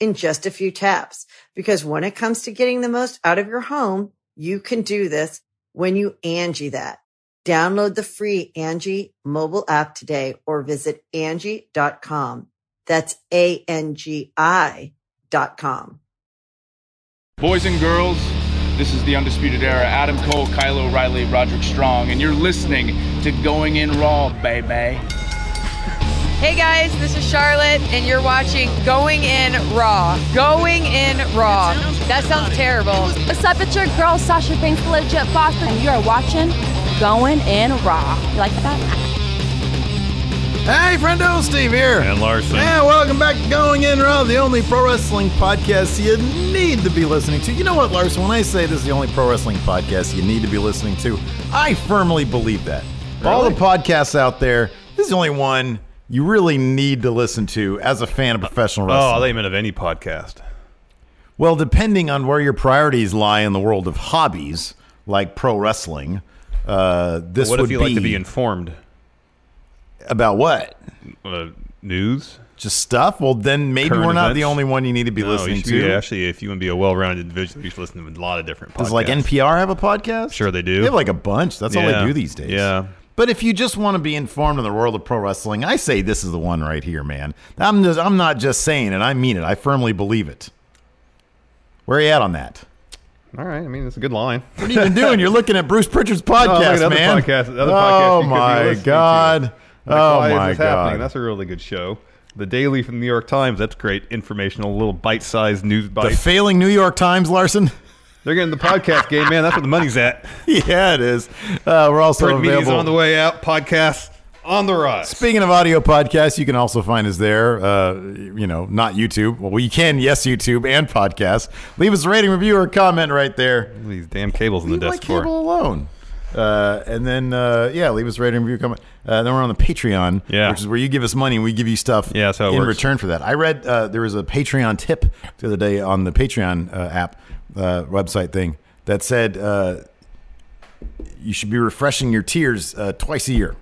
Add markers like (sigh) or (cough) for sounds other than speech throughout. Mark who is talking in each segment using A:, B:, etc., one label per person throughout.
A: in just a few taps. Because when it comes to getting the most out of your home, you can do this when you Angie that. Download the free Angie mobile app today or visit Angie.com. That's A-N-G-I dot com.
B: Boys and girls, this is the Undisputed Era. Adam Cole, Kyle O'Reilly, Roderick Strong, and you're listening to Going In Raw, baby.
C: Hey guys, this is Charlotte, and you're watching Going In Raw. Going In Raw. That sounds terrible.
D: What's up? It's your girl Sasha Banks, the legit boss, and you are watching Going in Raw. You like that?
E: Hey, friendo, Steve here.
F: And Larson.
E: And welcome back to Going In Raw, the only pro wrestling podcast you need to be listening to. You know what, Larson? When I say this is the only pro wrestling podcast you need to be listening to, I firmly believe that. Of All the podcasts out there, this is the only one you really need to listen to as a fan of professional
F: Oh, I
E: wrestling.
F: thought you meant of any podcast.
E: Well, depending on where your priorities lie in the world of hobbies, like pro wrestling, uh, this
F: what
E: would
F: if you
E: be,
F: like to be informed?
E: about what?
F: Uh, news?
E: Just stuff? Well, then maybe
F: Current
E: we're not the
F: events?
E: only one you need to be
F: No,
E: listening
F: you should,
E: to.
F: yeah, actually, if you want to be a well-rounded individual, you should listen to a lot of different podcasts.
E: Does like NPR have a podcast?
F: Sure they do.
E: They have like a bunch. That's all
F: Yeah.
E: they do these days.
F: Yeah.
E: But if you just want to be informed in the world of pro wrestling, I say this is the one right here, man. I'm just, I'm not just saying it. I mean it. I firmly believe it. Where are you at on that?
F: All right, I mean, that's a
E: (laughs)
F: good line.
E: What are you even doing? You're looking at Bruce
F: (laughs)
E: Pritchard's
F: look
E: podcast,
F: at other
E: man.
F: podcasts- other podcasts you
E: oh
F: could be
E: my
F: listening to.
E: god.
F: Like,
E: oh
F: why is
E: my
F: this
E: god.
F: happening? That's a really good show. The Daily from the New York Times. That's great informational, little bite-sized news
E: the
F: bites.
E: failing New York Times, Larson. (laughs)
F: They're getting the podcast game, man. That's where the money's at.
E: yeah, it is. Uh, we're also
F: Print media's
E: available
F: on the way out. Podcasts on the rise.
E: Speaking of audio podcasts, you can also find us there. Uh, you know, not YouTube. Well, you can, yes, YouTube and podcasts. Leave us a rating, review, or comment right there.
F: These damn cables in the
E: Leave my
F: desk for.
E: cable alone. Uh, and then, uh, yeah, leave us a rating, review, comment. Uh, then we're on the Patreon,
F: Yeah.
E: which is where you give us money and we give you stuff
F: Yeah, that's how it
E: in
F: works.
E: return for that. I read uh, there was a Patreon tip the other day on the Patreon uh, app uh, website thing that said uh, you should be refreshing your tiers uh, twice a year.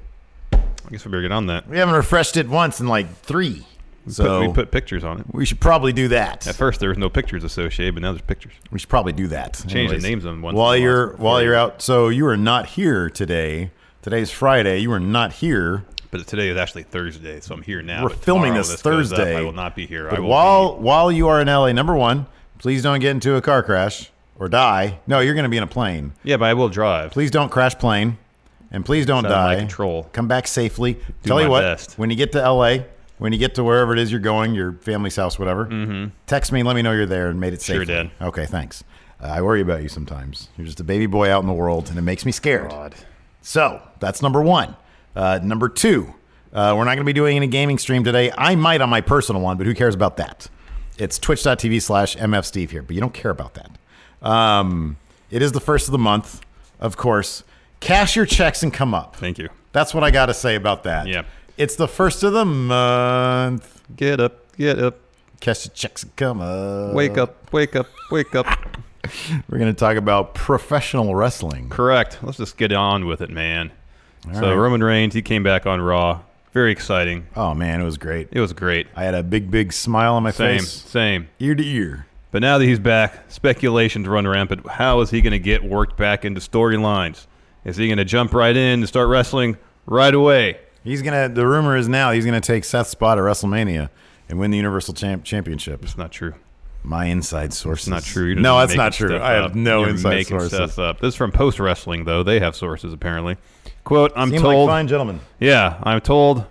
F: I guess we better get on that.
E: We haven't refreshed it once in like three. So
F: Put- we put pictures on it.
E: we should probably do that.
F: At first, there was no pictures associated, but now there's pictures.
E: We should probably do that.
F: the names on once
E: while
F: in a while
E: you're
F: before
E: while
F: you-
E: you're out. So you are not here today. Today's Friday. You are not here.
F: But today is actually Thursday, so I'm here now.
E: We're
F: but
E: filming
F: tomorrow
E: this,
F: goes
E: Thursday.
F: Up, I will not be here.
E: But
F: I will
E: while while you are in LA, number one, please don't get into a car crash or die. No, you're going to be in a plane.
F: be, yeah, but I will drive.
E: Please don't crash plane, and please don't
F: It's out of my
E: die.
F: control.
E: Come back safely. Tell you
F: my
E: what,
F: best.
E: when you get to LA, when you get to wherever it is you're going, your family's house, whatever, text me. Let me know you're there and made it
F: Mm-hmm. Sure
E: safely.
F: did.
E: Okay, thanks. Uh, I worry about you sometimes. You're just a baby boy out in the world, and it makes me scared. So that's number one. Uh, number two, uh, we're not going to be doing any gaming stream today. I might on my personal one, but who cares about that? It's twitch.tv slash mfsteve here, but you don't care about that. Um, it is the first of the month, of course. Cash your checks and come up.
F: Thank you.
E: That's what I got to say about that.
F: Yeah.
E: It's the first of the month.
F: Get up, get up,
E: Cash your checks and come up.
F: wake up, wake up, wake up.
E: We're going to talk about professional wrestling.
F: Correct. Let's just get on with it, man. so
E: right.
F: Roman Reigns, he came back on Raw. Very exciting.
E: Oh, man, it was great.
F: It was great.
E: I had a big, big smile on my
F: Same,
E: face,
F: same.
E: ear to ear.
F: But now that he's back, speculations run rampant. How is he going to get worked back into storylines? Is he going to jump right in and start wrestling right away?
E: He's gonna. The rumor is now he's gonna take Seth's spot at WrestleMania and win the Universal Champ Championship.
F: It's not true.
E: My inside source.
F: It's not true. You're just
E: No, that's
F: making
E: not true.
F: stuff
E: I have
F: up.
E: no
F: You're
E: inside
F: making
E: sources.
F: Stuff up. This is from Post Wrestling, though. They have sources, apparently. Quote, I'm
E: Seem
F: told.
E: like fine gentlemen.
F: Yeah, I'm told.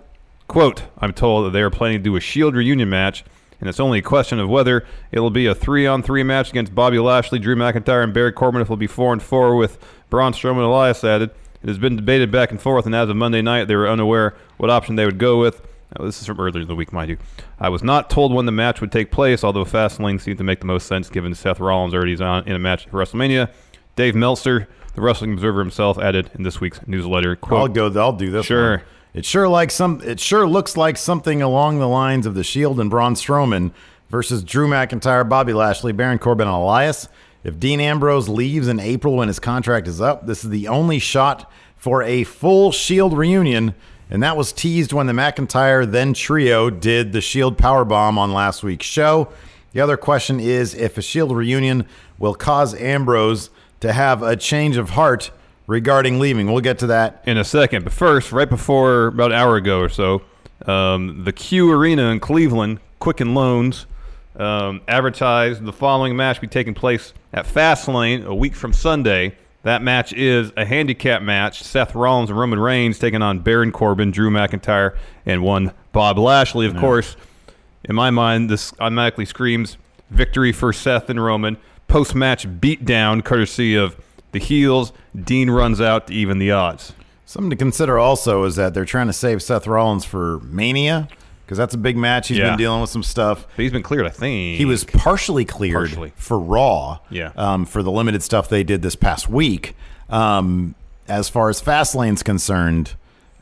F: Quote, I'm told that they are planning to do a Shield E reunion match, and it's only a question of whether it'll be a three on three match against Bobby Lashley, Drew McIntyre, and Barry Corbin. If it'll be four and four with Braun Strowman and Elias added. It has been debated back and forth, and as of Monday night, they were unaware what option they would go with. Oh, this is from earlier in the week, mind you. I was not told when the match would take place, although Fastlane seemed to make the most sense given Seth Rollins already is on in a match for WrestleMania. Dave Meltzer, the Wrestling Observer himself, added in this week's newsletter. Quote,
E: I'll go. I'll do this.
F: Sure.
E: one. It sure like some. It sure looks like something along the lines of the Shield and Braun Strowman versus Drew McIntyre, Bobby Lashley, Baron Corbin, and Elias. If Dean Ambrose leaves in April when his contract is up, this is the only shot for a full Shield reunion, and that was teased when the McIntyre then trio did the Shield powerbomb on last week's show. The other question is if a Shield reunion will cause Ambrose to have a change of heart regarding leaving. We'll get to that
F: in a second. But first, right before about an hour ago or so, um, the Q Arena in Cleveland, Quicken Loans, um, advertised the following match be taking place at Fastlane a week from Sunday. That match is a handicap match. Seth Rollins and Roman Reigns taking on Baron Corbin, Drew McIntyre, and one Bob Lashley. Of course, in my mind, this automatically screams victory for Seth and Roman. Post match beatdown, courtesy of the heels. Dean runs out to even the odds.
E: Something to consider also is that they're trying to save Seth Rollins for Mania because that's a big match. He's
F: Yeah.
E: been dealing with some stuff.
F: But he's been cleared, I think.
E: He was partially cleared
F: Partially.
E: for Raw.
F: Yeah.
E: Um, for the limited stuff they did this past week. Um, as far as Fastlane's concerned,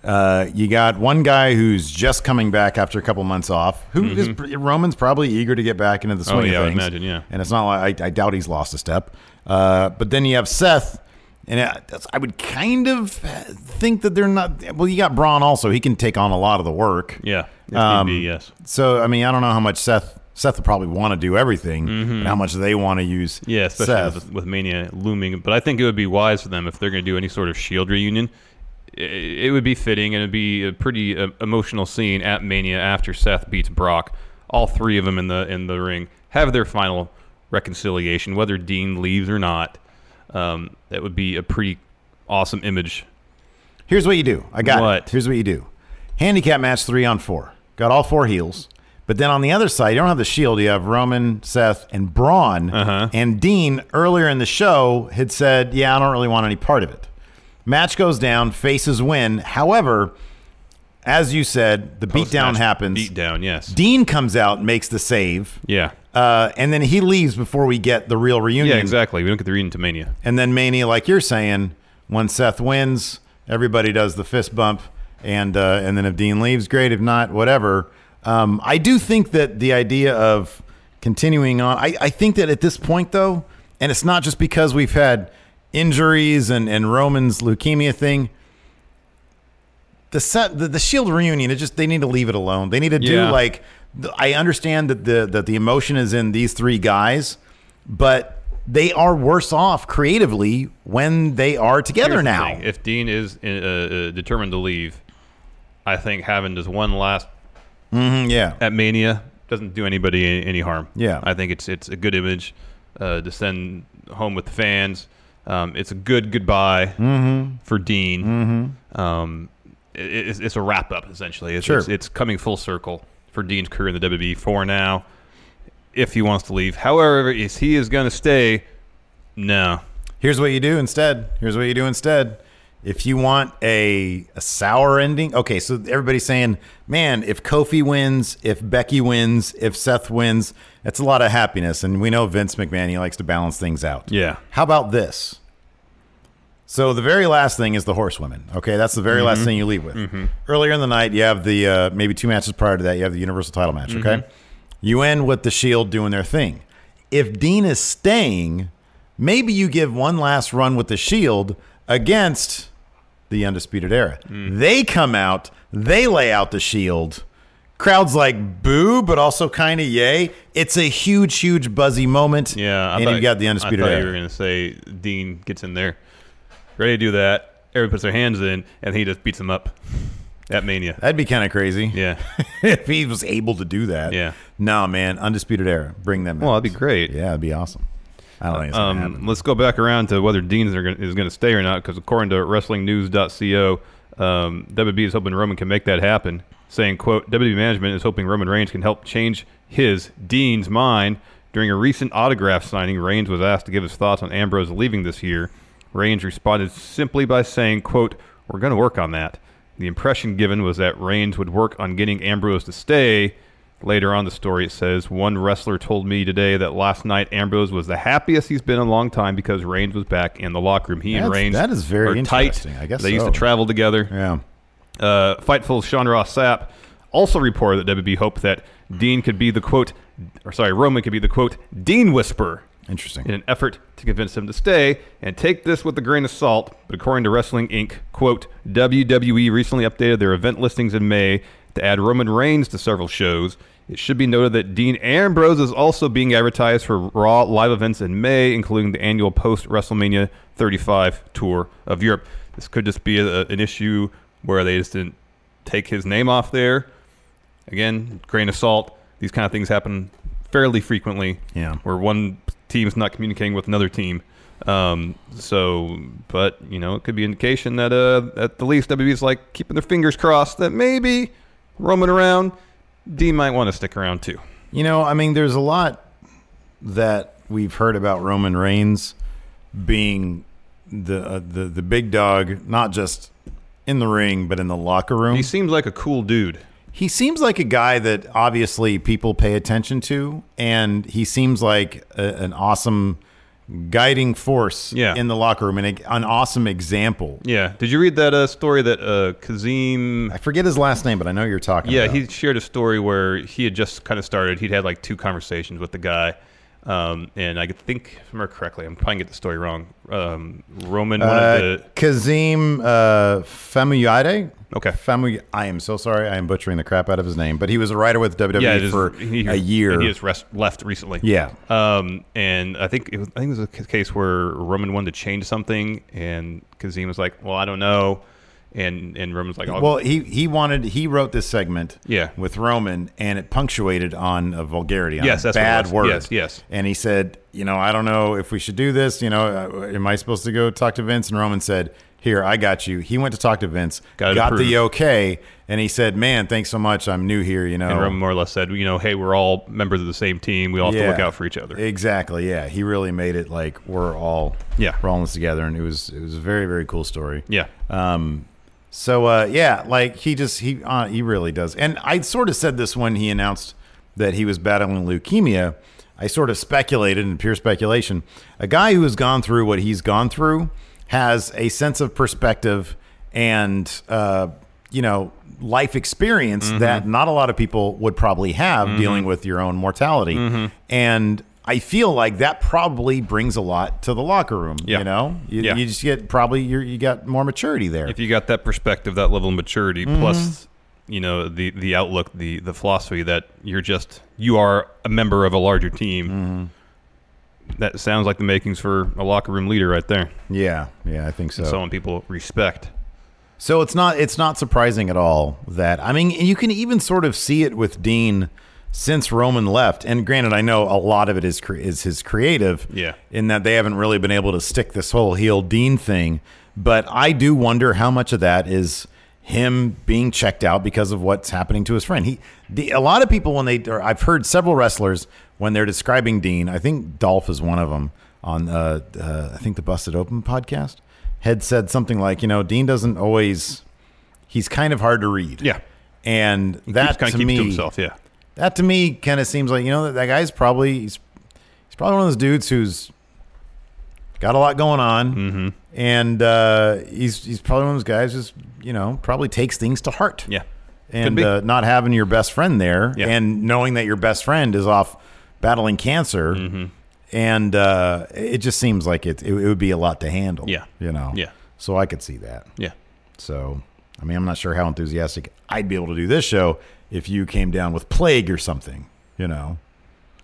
E: uh, you got one guy who's just coming back after a couple months off. Who is Roman's probably eager to get back into the swing
F: Mm-hmm. Oh, yeah, I
E: of
F: would
E: things.
F: imagine, yeah.
E: And it's not like I, I doubt he's lost a step. Uh, but then you have Seth. And I- that's- I would kind of uh, think that they're not. Well, you got Braun also. He can take on a lot of the work.
F: Yeah. If need
E: Um,
F: be, yes.
E: So I mean, I don't know how much Seth Seth will probably want to do everything, and how much they want to use.
F: Mm-hmm. Yeah, especially
E: Seth.
F: with, with Mania looming. But I think it would be wise for them if they're going to do any sort of Shield reunion. i- It, would be fitting, and it'd be a pretty uh, emotional scene at Mania after Seth beats Brock. All three of them in the in the ring have their final reconciliation, whether Dean leaves or not. Um, that would be a pretty awesome image.
E: Here's what you do. I got
F: What?
E: it. Here's what you do. Handicap match three on four. Got all four heels. But then on the other side, you don't have the shield. You have Roman, Seth, and Braun.
F: Uh-huh.
E: And Dean earlier in the show had said, Yeah, I don't really want any part of it. Match goes down, faces win. However, as you said, the beatdown
F: Post-match
E: happens.
F: Beatdown, yes.
E: Dean comes out, makes the save.
F: yeah.
E: Uh, and then he leaves before we get the real reunion.
F: Yeah, exactly. We don't get the reunion to Mania.
E: And then Mania, like you're saying, when Seth wins, everybody does the fist bump, and uh, and then if Dean leaves, great. If not, whatever. Um, I do think that the idea of continuing on, I, I think that at this point though, and it's not just because we've had injuries and and Roman's leukemia thing. The set, the, the Shield reunion, it just they need to leave it alone. They need to do
F: Yeah.
E: like th- I understand that the that the emotion is in these three guys, but they are worse off creatively when they are together
F: Here's the
E: now.
F: thing. If Dean is uh, uh, determined to leave, I think having just one last
E: Mm, yeah.
F: at Mania doesn't do anybody any, any harm.
E: Yeah.
F: I think it's it's a good image uh, to send home with the fans. Um, it's a good goodbye
E: Mm-hmm.
F: for Dean. Um, i- i it's, it's a wrap up essentially. It's,
E: Sure.
F: it's it's coming full circle for Dean's career in the WWE for now. If he wants to leave, however, if he is going to stay, no,
E: Here's what you do instead. Here's what you do instead. If you want a, a sour ending, okay, so everybody's saying, man, if Kofi wins, if Becky wins, if Seth wins, that's a lot of happiness. And we know Vince McMahon, he likes to balance things out.
F: Yeah.
E: How about this? So the very last thing is the horsewomen. Okay, that's the very last thing you leave with. Earlier in the night, you have the uh, maybe two matches prior to that. You have the Universal Title match. Okay, you end with the Shield doing their thing. If Dean is staying, maybe you give one last run with the Shield against the Undisputed Era.
F: Hmm.
E: They come out, they lay out the Shield. Crowd's like boo, but also kind of yay. It's a huge, huge buzzy moment.
F: Yeah,
E: and
F: thought-
E: you've got the Undisputed
F: I thought
E: Era.
F: you were going to say Dean gets in there, ready to do that. Everybody puts their hands in, and he just beats him up. at Mania.
E: That'd be kind of crazy.
F: Yeah.
E: (laughs) if he was able to do that.
F: Yeah.
E: No, man. Undisputed era. Bring them.
F: (laughs) Well,
E: out.
F: that'd be great.
E: Yeah, that'd be awesome. I don't think it's gonna
F: Um,
E: happen.
F: let's go back around to whether Dean is going to stay or not, because according to WrestlingNews.co, um, WB is hoping Roman can make that happen, saying, quote, WB management is hoping Roman Reigns can help change his, Dean's, mind. During a recent autograph signing, Reigns was asked to give his thoughts on Ambrose leaving this year. Reigns responded simply by saying, quote, we're going to work on that. The impression given was that Reigns would work on getting Ambrose to stay. Later on in the story, it says one wrestler told me today that last night Ambrose was the happiest he's been in a long time because Reigns was back in the locker room. He and
E: That's-
F: Reigns
E: that is very
F: are tight.
E: interesting. I guess
F: they used
E: so.
F: to travel together.
E: Yeah.
F: Uh, Fightful's Sean Ross Sapp also reported that WB hoped that Dean could be the quote, or sorry, Roman could be the quote Dean whisperer
E: Interesting.
F: in an effort to convince him to stay and take this with a grain of salt. But according to Wrestling Inc., quote, WWE recently updated their event listings in May to add Roman Reigns to several shows. It should be noted that Dean Ambrose is also being advertised for Raw live events in May, including the annual post WrestleMania 35 tour of Europe. This could just be a, an issue where they just didn't take his name off there. Again, grain of salt. These kind of things happen fairly frequently.
E: Yeah.
F: Where one team's not communicating with another team. Um, so, but, you know, it could be indication that uh, at the least WWE's like keeping their fingers crossed that maybe roaming around, D might want to stick around too.
E: You know, I mean, there's a lot that we've heard about Roman Reigns being the uh, the the big dog, not just in the ring, but in the locker room.
F: He seems like a cool dude.
E: He seems like a guy that obviously people pay attention to, and he seems like a, an awesome guiding force
F: Yeah.
E: in the locker room and a, an awesome example.
F: Yeah. Did you read that uh, story that uh, Kazim
E: I forget his last name, but I know who you're talking
F: Yeah,
E: about.
F: he shared a story where he had just kind of started. He'd had like two conversations with the guy. Um, and I could think, if I remember correctly, I'm probably get the story wrong. Um, Roman wanted
E: Uh,
F: to.
E: Kazim uh, Famuyade.
F: Okay.
E: Famu- I am so sorry. I am butchering the crap out of his name, but he was a writer with WWE
F: Yeah, just-
E: for
F: he-
E: a year.
F: and He just rest, left recently.
E: Yeah.
F: Um, and I think it was, I think it was a c- case where Roman wanted to change something, and Kazim was like, "Well, I don't know," and and Roman's like, "Oh," "I'll-
E: well, he he wanted he wrote this segment
F: Yeah.
E: with Roman, and it punctuated on a vulgarity, on
F: Yes,
E: a
F: that's what it
E: bad
F: was.
E: word.
F: Yes, yes.
E: And he said, you know, I don't know if we should do this. You know, uh, am I supposed to go talk to Vince? And Roman said, here, I got you. He went to talk to Vince,
F: Got it
E: got
F: approved.
E: the okay, and he said, man, thanks so much. I'm new here. You know,
F: And Roman more or less said, "You know, hey, we're all members of the same team. We all have to look out for each other."
E: Exactly. Yeah, he really made it like we're all
F: Yeah.
E: we're all in this together, and it was it was a very very cool story.
F: yeah.
E: Um. So uh, yeah, like he just he uh, he really does, and I sort of said this when he announced that he was battling leukemia. I sort of speculated in pure speculation. A guy who has gone through what he's gone through has a sense of perspective and uh, you know life experience
F: Mm-hmm.
E: that not a lot of people would probably have dealing with your own mortality.
F: Mm-hmm.
E: And I feel like that probably brings a lot to the locker room.
F: Yeah.
E: You know, you,
F: Yeah.
E: you just get probably you're, you got more maturity there.
F: if you got that perspective, that level of maturity,
E: Mm-hmm.
F: plus you know the the outlook, the the philosophy that you're just you are a member of a larger team.
E: Mm-hmm.
F: That sounds like the makings for a locker room leader right there.
E: Yeah, yeah, I think so.
F: Someone people respect.
E: So it's not it's not surprising at all that I mean you can even sort of see it with Dean since Roman left. And granted, I know a lot of it is cre- is his creative,
F: Yeah.
E: in that they haven't really been able to stick this whole heel Dean thing. But I do wonder how much of that is him being checked out because of what's happening to his friend. He, the, a lot of people when they, or I've heard several wrestlers when they're describing Dean. I think Dolph is one of them on, uh, uh, I think the Busted Open podcast had said something like, you know, Dean doesn't always. He's kind of hard to read.
F: Yeah.
E: and that
F: kind
E: to
F: of keeps
E: me,
F: to himself. Yeah,
E: that to me kind of seems like you know that, that guy's probably he's, he's probably one of those dudes who's got a lot going on, mm-hmm. and uh, he's he's probably one of those guys who's you know probably takes things to heart.
F: yeah.
E: and
F: be.
E: uh, not having your best friend there,
F: Yeah.
E: and knowing that your best friend is off battling cancer.
F: Mm-hmm.
E: And uh, it just seems like it, it would be a lot to handle.
F: Yeah.
E: You know?
F: Yeah.
E: So I could see that.
F: Yeah,
E: So, I mean, I'm not sure how enthusiastic I'd be able to do this show if you came down with plague or something, you know.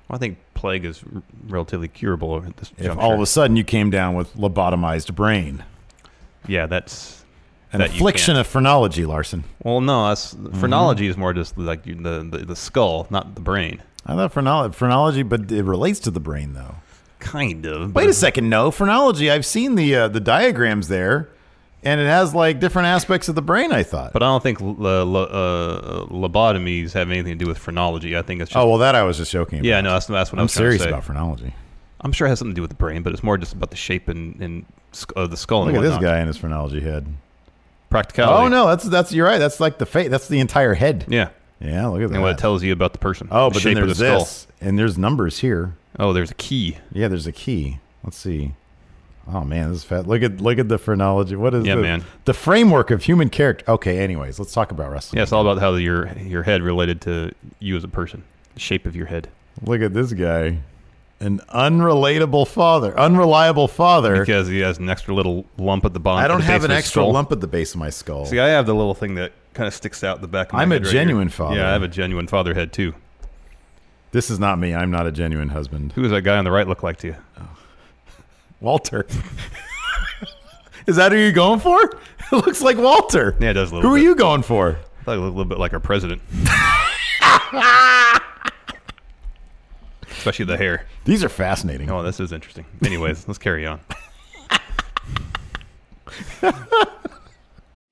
F: well, I think plague is r- relatively curable at this
E: If
F: juncture.
E: all of a sudden you came down with lobotomized brain.
F: yeah, that's
E: An
F: that you
E: affliction
F: can't-
E: of phrenology, Larson.
F: Well, no, that's
E: Mm-hmm.
F: phrenology is more just like you- the, the the skull, not the brain.
E: I thought phrenology, phrenology, but it relates to the brain, though.
F: Kind of.
E: Wait a second, no phrenology. I've seen the uh, the diagrams there, and it has like different aspects of the brain. I thought.
F: But I don't think l- uh, lo- uh, lobotomies have anything to do with phrenology. I think it's just.
E: oh well, that I was just joking. About.
F: yeah, no, that's, that's what I'm,
E: I'm
F: trying to
E: serious
F: say.
E: about phrenology.
F: I'm sure it has something to do with the brain, but it's more just about the shape and, and sk- of the skull.
E: Look
F: and
E: at this
F: whatnot.
E: guy in his phrenology head.
F: Practicality.
E: Oh no, that's that's you're right. That's like the face. That's the entire head.
F: Yeah.
E: Yeah, look at that.
F: And what it tells you about the person.
E: oh,
F: the
E: but then
F: shape
E: there's
F: of the skull.
E: this, and there's numbers here.
F: Oh, there's a key.
E: Yeah, there's a key. Let's see. Oh man, this is fat. Look at look at the phrenology. What is
F: Yeah,
E: this?
F: man.
E: the framework of human character? Okay, anyways, let's talk about wrestling.
F: Yeah, it's all about how your your head related to you as a person, the shape of your head.
E: Look at this guy. An unrelatable father, unreliable father.
F: Because he has an extra little lump at the bottom.
E: I
F: at
E: don't
F: the
E: have
F: base
E: an
F: of his
E: extra
F: skull.
E: lump at the base of my skull.
F: See, I have the little thing that kind of sticks out the back of my
E: I'm a
F: head right here.
E: genuine father.
F: Yeah, I have a genuine father head too.
E: this is not me. I'm not a genuine husband.
F: Who does that guy on the right look like to you?
E: Walter. (laughs) is that who you're going for? (laughs) It looks like Walter.
F: Yeah, it does a little
E: Who
F: bit.
E: are you going for?
F: I thought he looked a little bit like our president. Especially the hair.
E: These are fascinating.
F: Oh, this is interesting. Anyways, let's carry on.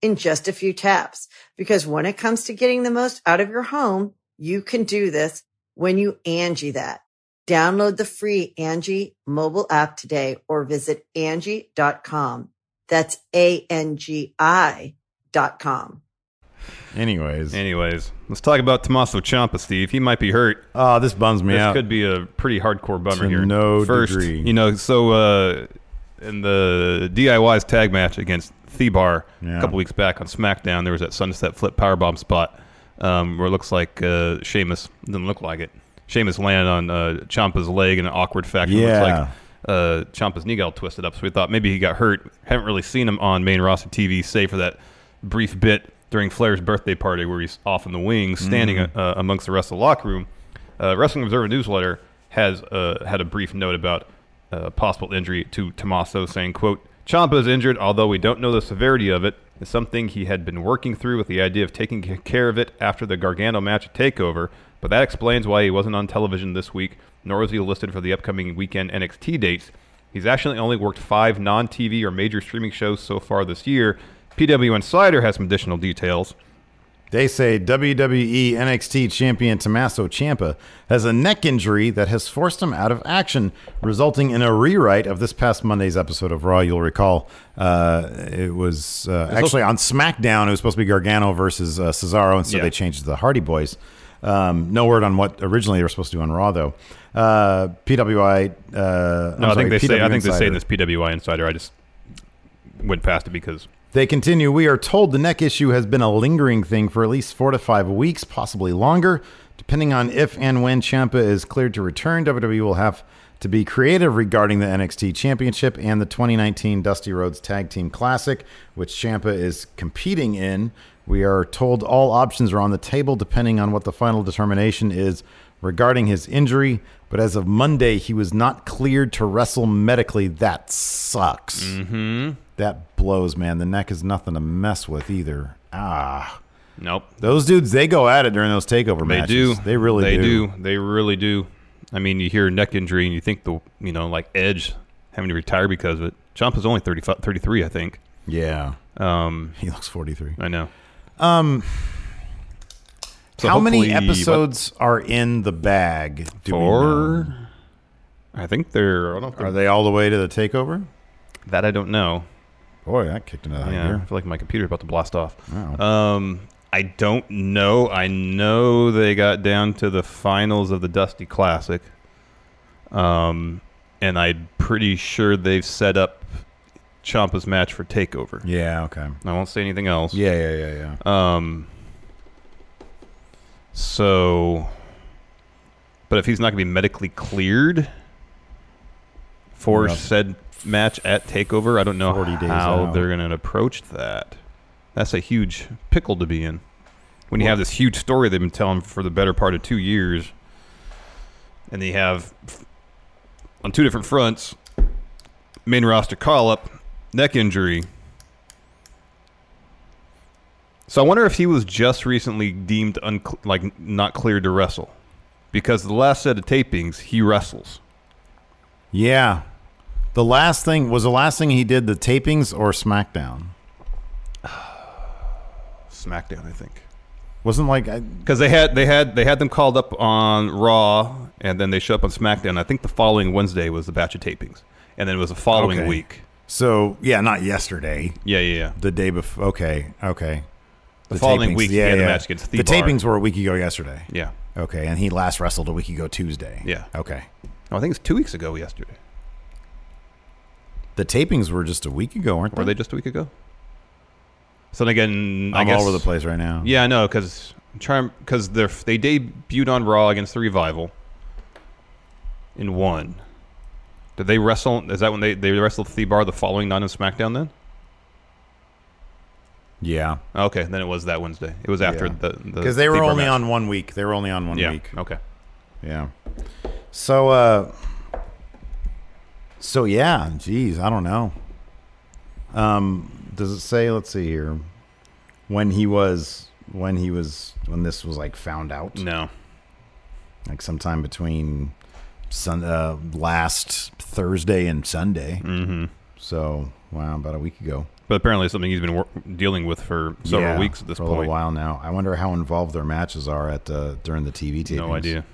A: in just a few taps. Because when it comes to getting the most out of your home, you can do this when you Angie that. Download the free Angie mobile app today or visit Angie.com. That's A-N-G-I dot com.
E: Anyways,
F: Anyways, let's talk about Tommaso Ciampa, Steve. He might be hurt.
E: oh, this bums me
F: This
E: out.
F: could be a pretty hardcore bummer
E: To
F: here.
E: no
F: First,
E: degree.
F: you know, so uh, in the DIY's tag match against Thebar
E: Yeah.
F: a couple weeks back on SmackDown, there was that sunset flip powerbomb spot um, where it looks like uh, Sheamus doesn't look like it. Sheamus landed on uh, Ciampa's leg in an awkward fashion. It
E: Yeah.
F: looks like uh, Ciampa's knee got all twisted up, so we thought maybe he got hurt. Haven't really seen him on main roster TV, save for that brief bit during Flair's birthday party where he's off in the wings, standing uh, amongst the rest of the locker room. Uh, Wrestling Observer newsletter has uh, had a brief note about uh, possible injury to Tommaso, saying, "quote Ciampa is injured, although we don't know the severity of it. It's something he had been working through with the idea of taking c- care of it after the Gargano match at Takeover, but that explains why he wasn't on television this week, nor was he listed for the upcoming weekend NXT dates. He's actually only worked five non TV or major streaming shows so far this year. PW Insider has some additional details.
E: They say E WWE NXT champion Tommaso Ciampa has a neck injury that has forced him out of action, resulting in a rewrite of this past Monday's episode of Raw. You'll recall uh, it was uh, actually on SmackDown. It was supposed to be Gargano versus uh, Cesaro, and so
F: Yeah.
E: they changed it to the Hardy Boys. Um, no word on what originally they were supposed to do on Raw, though. Uh, PWI. Uh, I'm
F: No, I
E: sorry,
F: think they say
E: PW
F: I think they
E: Insider.
F: say in this PWI Insider. I just went past it because
E: They continue. We are told the neck issue has been a lingering thing for at least four to five weeks, possibly longer, depending on if and when Champa is cleared to return. WWE will have to be creative regarding the NXT Championship and the 2019 Dusty Rhodes Tag Team Classic, which Champa is competing in. We are told all options are on the table, depending on what the final determination is regarding his injury. But as of Monday, he was not cleared to wrestle medically. That sucks. That blows, man. The neck is nothing to mess with either. Ah.
F: nope.
E: Those dudes, they go at it during those takeover
F: They
E: matches.
F: do.
E: They really
F: they
E: do.
F: do. They really do. I mean, you hear neck injury and you think the you know like Edge having to retire because of it. Ciampa's only 35, 33, I think.
E: Yeah.
F: Um,
E: He looks 43.
F: I know. So
E: Um, How many
F: hopefully- what-
E: episodes are in the bag? Do we know?
F: Four. I think they're. I don't think
E: Are they all the way to the takeover?
F: that I don't know.
E: Boy, that kicked into high
F: Yeah, I
E: gear.
F: feel like my computer's about to blast off. Um, I don't know. I know they got down to the finals of the Dusty Classic. Um, and I'm pretty sure they've set up Champa's match for Takeover.
E: Yeah. Okay. Uh,
F: I won't say anything else.
E: Yeah. Yeah. Yeah. Yeah.
F: Um. So, but if he's not going to be medically cleared for
E: Well,
F: said match at Takeover, I don't know
E: 40 days
F: how
E: out.
F: they're going to approach that. That's a huge pickle to be in when you have this huge story they've been telling for the better part of two years, and they have on two different fronts main roster call up, neck injury. So I wonder if he was just recently deemed uncle- like not cleared to wrestle, because the last set of tapings he wrestles.
E: yeah. The last thing was the last thing he did the tapings or SmackDown.
F: SmackDown, I think.
E: Wasn't like I,
F: Because they had they had they had them called up on Raw, and then they showed up on SmackDown. I think the following Wednesday was the batch of tapings, and then it was the following
E: Okay.
F: week.
E: so. Yeah. Not yesterday.
F: Yeah, yeah, yeah.
E: The day before. Okay. Okay. The,
F: following week, he had the match against
E: the
F: Thebar.
E: tapings were a week ago yesterday.
F: yeah.
E: Okay, and he last wrestled a week ago Tuesday.
F: Yeah.
E: Okay.
F: No, I think it's two weeks ago yesterday.
E: The tapings were just a week ago, aren't
F: Were they just a week ago? So then again, I
E: I'm
F: guess-
E: all over the place right now.
F: Yeah, I know because trying because they they debuted on Raw against the Revival and won. Did they wrestle? Is that when they they wrestled Thebar the following night on SmackDown? Then
E: Yeah.
F: okay, then it was that Wednesday. It was after the
E: Because they were only on one week. They were only on one
F: yeah.
E: week.
F: Okay,
E: Yeah. So uh So yeah, geez, I don't know. Um does it say let's see here when he was when he was when this was like found out?
F: no,
E: Like sometime between sun uh last Thursday and Sunday. Mm-hmm. So wow, about a week ago.
F: but apparently it's something he's been wor- dealing with for several
E: Yeah,
F: weeks at this
E: for a
F: point.
E: little while now. I wonder how involved their matches are at uh, during the TV tapings.
F: No idea.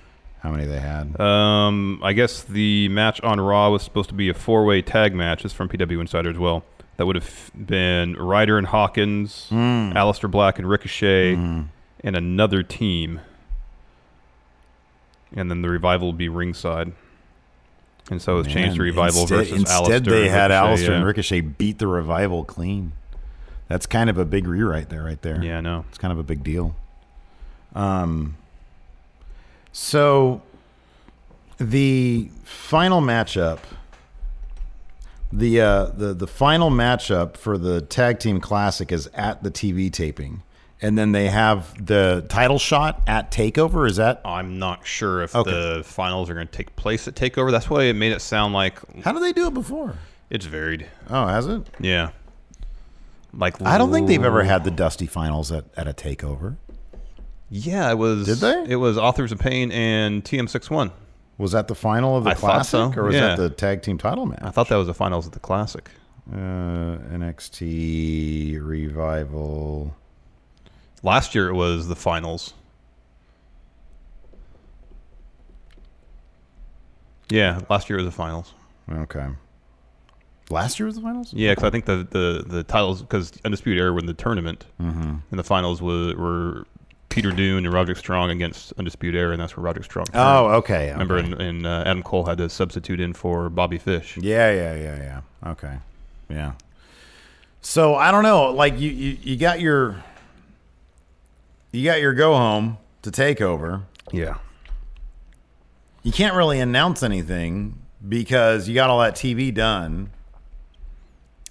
E: how many they had.
F: Um, I guess the match on Raw was supposed to be a four-way tag match. It's from PW Insider as well. That would have been Ryder and Hawkins,
E: Hmm.
F: Alistair Black and Ricochet, and another team. And then the revival would be ringside. And so it was changed to
E: Man,
F: revival
E: instead,
F: versus
E: instead
F: Alistair.
E: they
F: and
E: had
F: Ricochet,
E: Alistair
F: yeah.
E: and Ricochet beat the revival clean. That's kind of a big rewrite there, right there.
F: Yeah, I know.
E: it's kind of a big deal. Um, so the final matchup, the uh, the the final matchup for the tag team classic is at the TV taping, and then they have the title shot at Takeover. Is that
F: I'm not sure if
E: Okay.
F: the finals are going to take place at Takeover. That's why it made it sound like
E: how do they do it before?
F: it's varied.
E: Oh, has it?
F: Yeah. Like
E: I don't think they've ever had the Dusty Finals at, at a takeover.
F: Yeah, it was.
E: Did they?
F: It was Authors of Pain and TM61.
E: Was that the final of the
F: I thought
E: classic,
F: so,
E: or was that
F: yeah.
E: the tag team title
F: I
E: match?
F: thought that was the finals of the classic.
E: Uh, NXT revival.
F: Last year it was the finals. Yeah, last year it was the finals.
E: Okay. Last year was the finals.
F: Yeah, because I think the, the, the titles, because Undisputed Era were in the tournament, mm-hmm. and the finals were, were Peter Dune and Roderick Strong against Undisputed Era, and that's where Roderick Strong.
E: Oh, okay. okay.
F: Remember, and, and uh, Adam Cole had to substitute in for Bobby Fish.
E: Yeah, yeah, yeah, yeah. Okay. Yeah. So I don't know. Like you, you, you got your, you got your go home to take over.
F: Yeah.
E: you can't really announce anything because you got all that TV done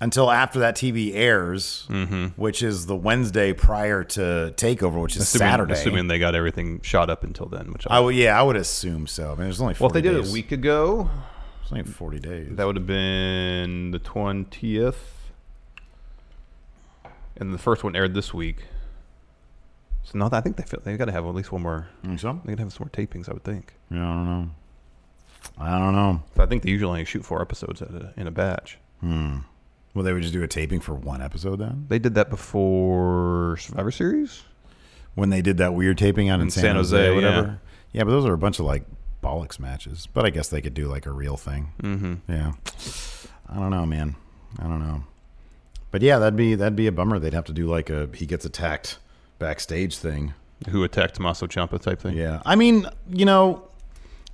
E: until after that TV airs,
F: Mm-hmm.
E: which is the Wednesday prior to Takeover, which is
F: Assuming,
E: Saturday.
F: Assuming they got everything shot up until then, which
E: I would, yeah, I would assume so. I mean, there's only 40
F: Well, if they did it
E: days.
F: a week ago,
E: It's only 40 days.
F: that would have been the 20th. And the first one aired this week. So no, I think they feel they got to have at least one more.
E: Think so?
F: They got to have some more tapings, I would think.
E: Mm, Yeah, I don't know. I don't know.
F: So I think they usually only shoot four episodes at a, in a batch.
E: Well, they would just do a taping for one episode then?
F: They did that before Survivor Series.
E: when they did that weird taping out in, San,
F: San
E: Jose,
F: Jose,
E: or
F: yeah.
E: whatever. Yeah. but those are a bunch of like bollocks matches. But I guess they could do like a real thing. Mm-hmm. Yeah, I don't know, man. I don't know. But yeah, that'd be that'd be a bummer. They'd have to do like a he gets attacked backstage thing.
F: Who attacked Tommaso Ciampa type thing?
E: Yeah. I mean, you know,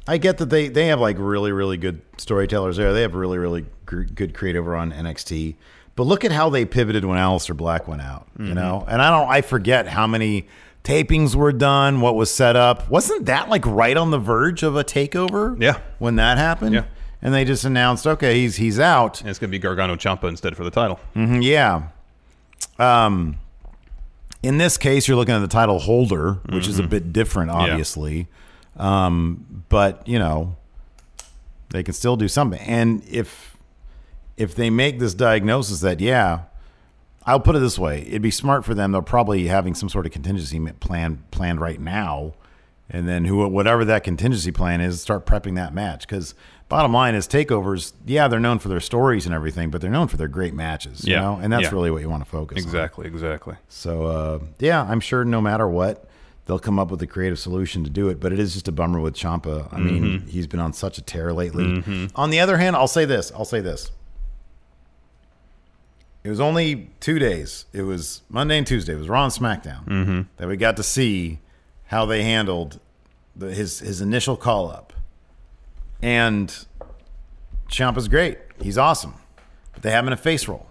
E: I get that they, they have like really, really good storytellers there. They have really, really gr- good creative on NXT. But look at how they pivoted when Alistair Black went out,
F: Mm-hmm.
E: you know? And I don't, I forget how many tapings were done, what was set up. Wasn't that like right on the verge of a takeover?
F: Yeah.
E: When that happened?
F: Yeah.
E: And they just announced, okay, he's he's out.
F: And it's going to be Gargano Ciampa instead for the title.
E: Mhm, yeah. Um, in this case, you're looking at the title holder, which is a bit different, obviously. Um, but you know, they can still do something. And if if they make this diagnosis that yeah, I'll put it this way: it'd be smart for them. They're probably having some sort of contingency ma- plan planned right now, and then who whatever that contingency plan is, start prepping that match. Because bottom line is takeovers. Yeah, they're known for their stories and everything, but they're known for their great matches. You
F: Yeah.
E: know, and that's
F: Yeah.
E: really what you want to focus on.
F: Exactly, exactly.
E: So uh, yeah, I'm sure no matter what, they'll come up with a creative solution to do it. But it is just a bummer with Champa. I
F: Mm-hmm.
E: mean, he's been on such a tear lately. On the other hand, I'll say this. I'll say this. It was only two days. It was Monday and Tuesday. It was Raw and SmackDown that we got to see how they handled the, his his initial call up. And Ciampa's great. He's awesome. But they have him in a face roll.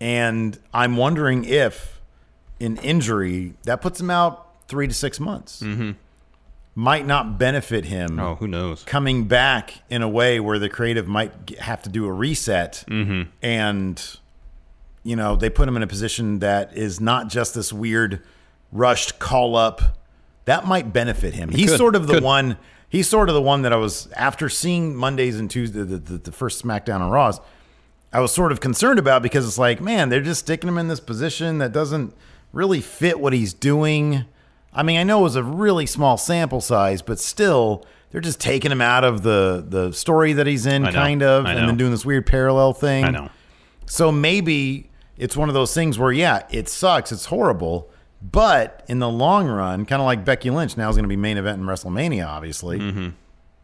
E: And I'm wondering if an injury that puts him out three to six months might not benefit him
F: Oh, who knows?
E: coming back in a way where the creative might g- have to do a reset
F: Mm-hmm.
E: and you know they put him in a position that is not just this weird rushed call up that might benefit him he's
F: could,
E: sort of the
F: could.
E: one he's sort of the one that i was after seeing mondays and tuesday the, the, the first smackdown on raws i was sort of concerned about because it's like man they're just sticking him in this position that doesn't really fit what he's doing i mean i know it was a really small sample size but still they're just taking him out of the the story that he's in
F: I know.
E: kind of
F: I
E: and then
F: know.
E: doing this weird parallel thing
F: I know.
E: so maybe it's one of those things where, yeah, it sucks, it's horrible, but in the long run, kind of like Becky Lynch now is going to be main event in WrestleMania, obviously.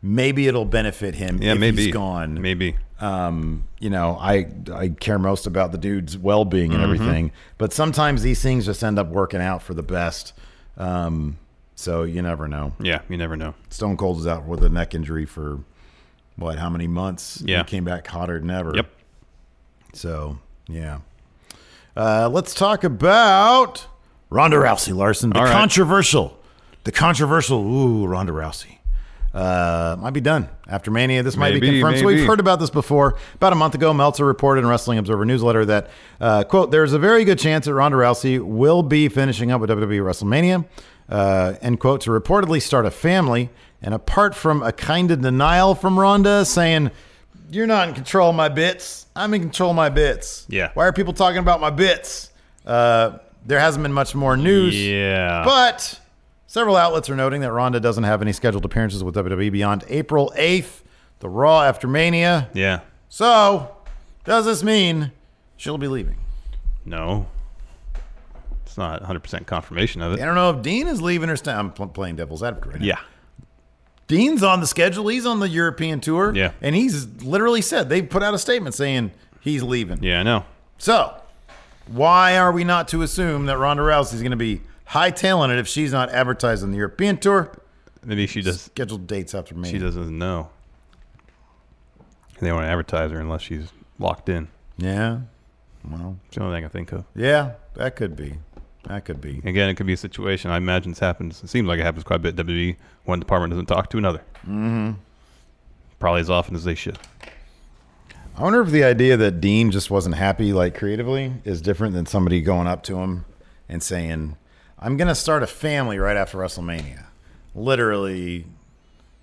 E: Maybe it'll benefit him
F: Mm-hmm. Yeah,
E: if
F: maybe
E: he's gone.
F: Maybe.
E: Um, you know, I I care most about the dude's well being and everything, but sometimes these things just end up working out for the best. Um, so you never know.
F: Yeah, you never know.
E: Stone Cold is out with a neck injury for what? How many months?
F: Yeah.
E: he came back hotter than ever.
F: Yep.
E: So yeah, uh, let's talk about Ronda Rousey Larson, the
F: All right.
E: controversial, the controversial. Ooh, Ronda Rousey. Uh, might be done after Mania. This might be
F: Maybe,
E: confirmed. So we've
F: maybe.
E: heard about this before. About a month ago, Meltzer reported in Wrestling Observer newsletter that uh, quote There is a very good chance that Ronda Rousey will be finishing up with WWE WrestleMania. Uh, end quote to reportedly start a family. And apart from a kind of denial from Ronda saying, "You're not in control of my bits. I'm in control of my bits.
F: Yeah.
E: Why are people talking about my bits?" Uh, there hasn't been much more news.
F: Yeah.
E: But several outlets are noting that Ronda doesn't have any scheduled appearances with WWE beyond April 8th, the Raw after Mania.
F: Yeah.
E: So, does this mean she'll be leaving?
F: No. It's not 100% confirmation
E: I
F: of it.
E: don't know if Dean is leaving or st- I'm pl- playing devil's advocate right now.
F: Yeah.
E: Dean's on the schedule. He's on the European tour.
F: Yeah.
E: And he's literally said, they put out a statement saying he's leaving.
F: Yeah, I know.
E: So, why are we not to assume that Ronda Rousey is going to be hightailing it if she's not advertised on the European tour?
F: Maybe she just
E: Scheduled dates after Mania.
F: she doesn't know. They won't advertise her unless she's locked in.
E: Yeah.
F: It's the only thing I think of.
E: Yeah, that could be. That could be.
F: Again, it could be a situation. I imagine this happens. It seems like it happens quite a bit. WWE one department doesn't talk to another. Mm-hmm. Probably as often as they should.
E: I wonder if the idea that Dean just wasn't happy, like creatively, is different than somebody going up to him and saying, I'm going to start a family right after WrestleMania. Literally,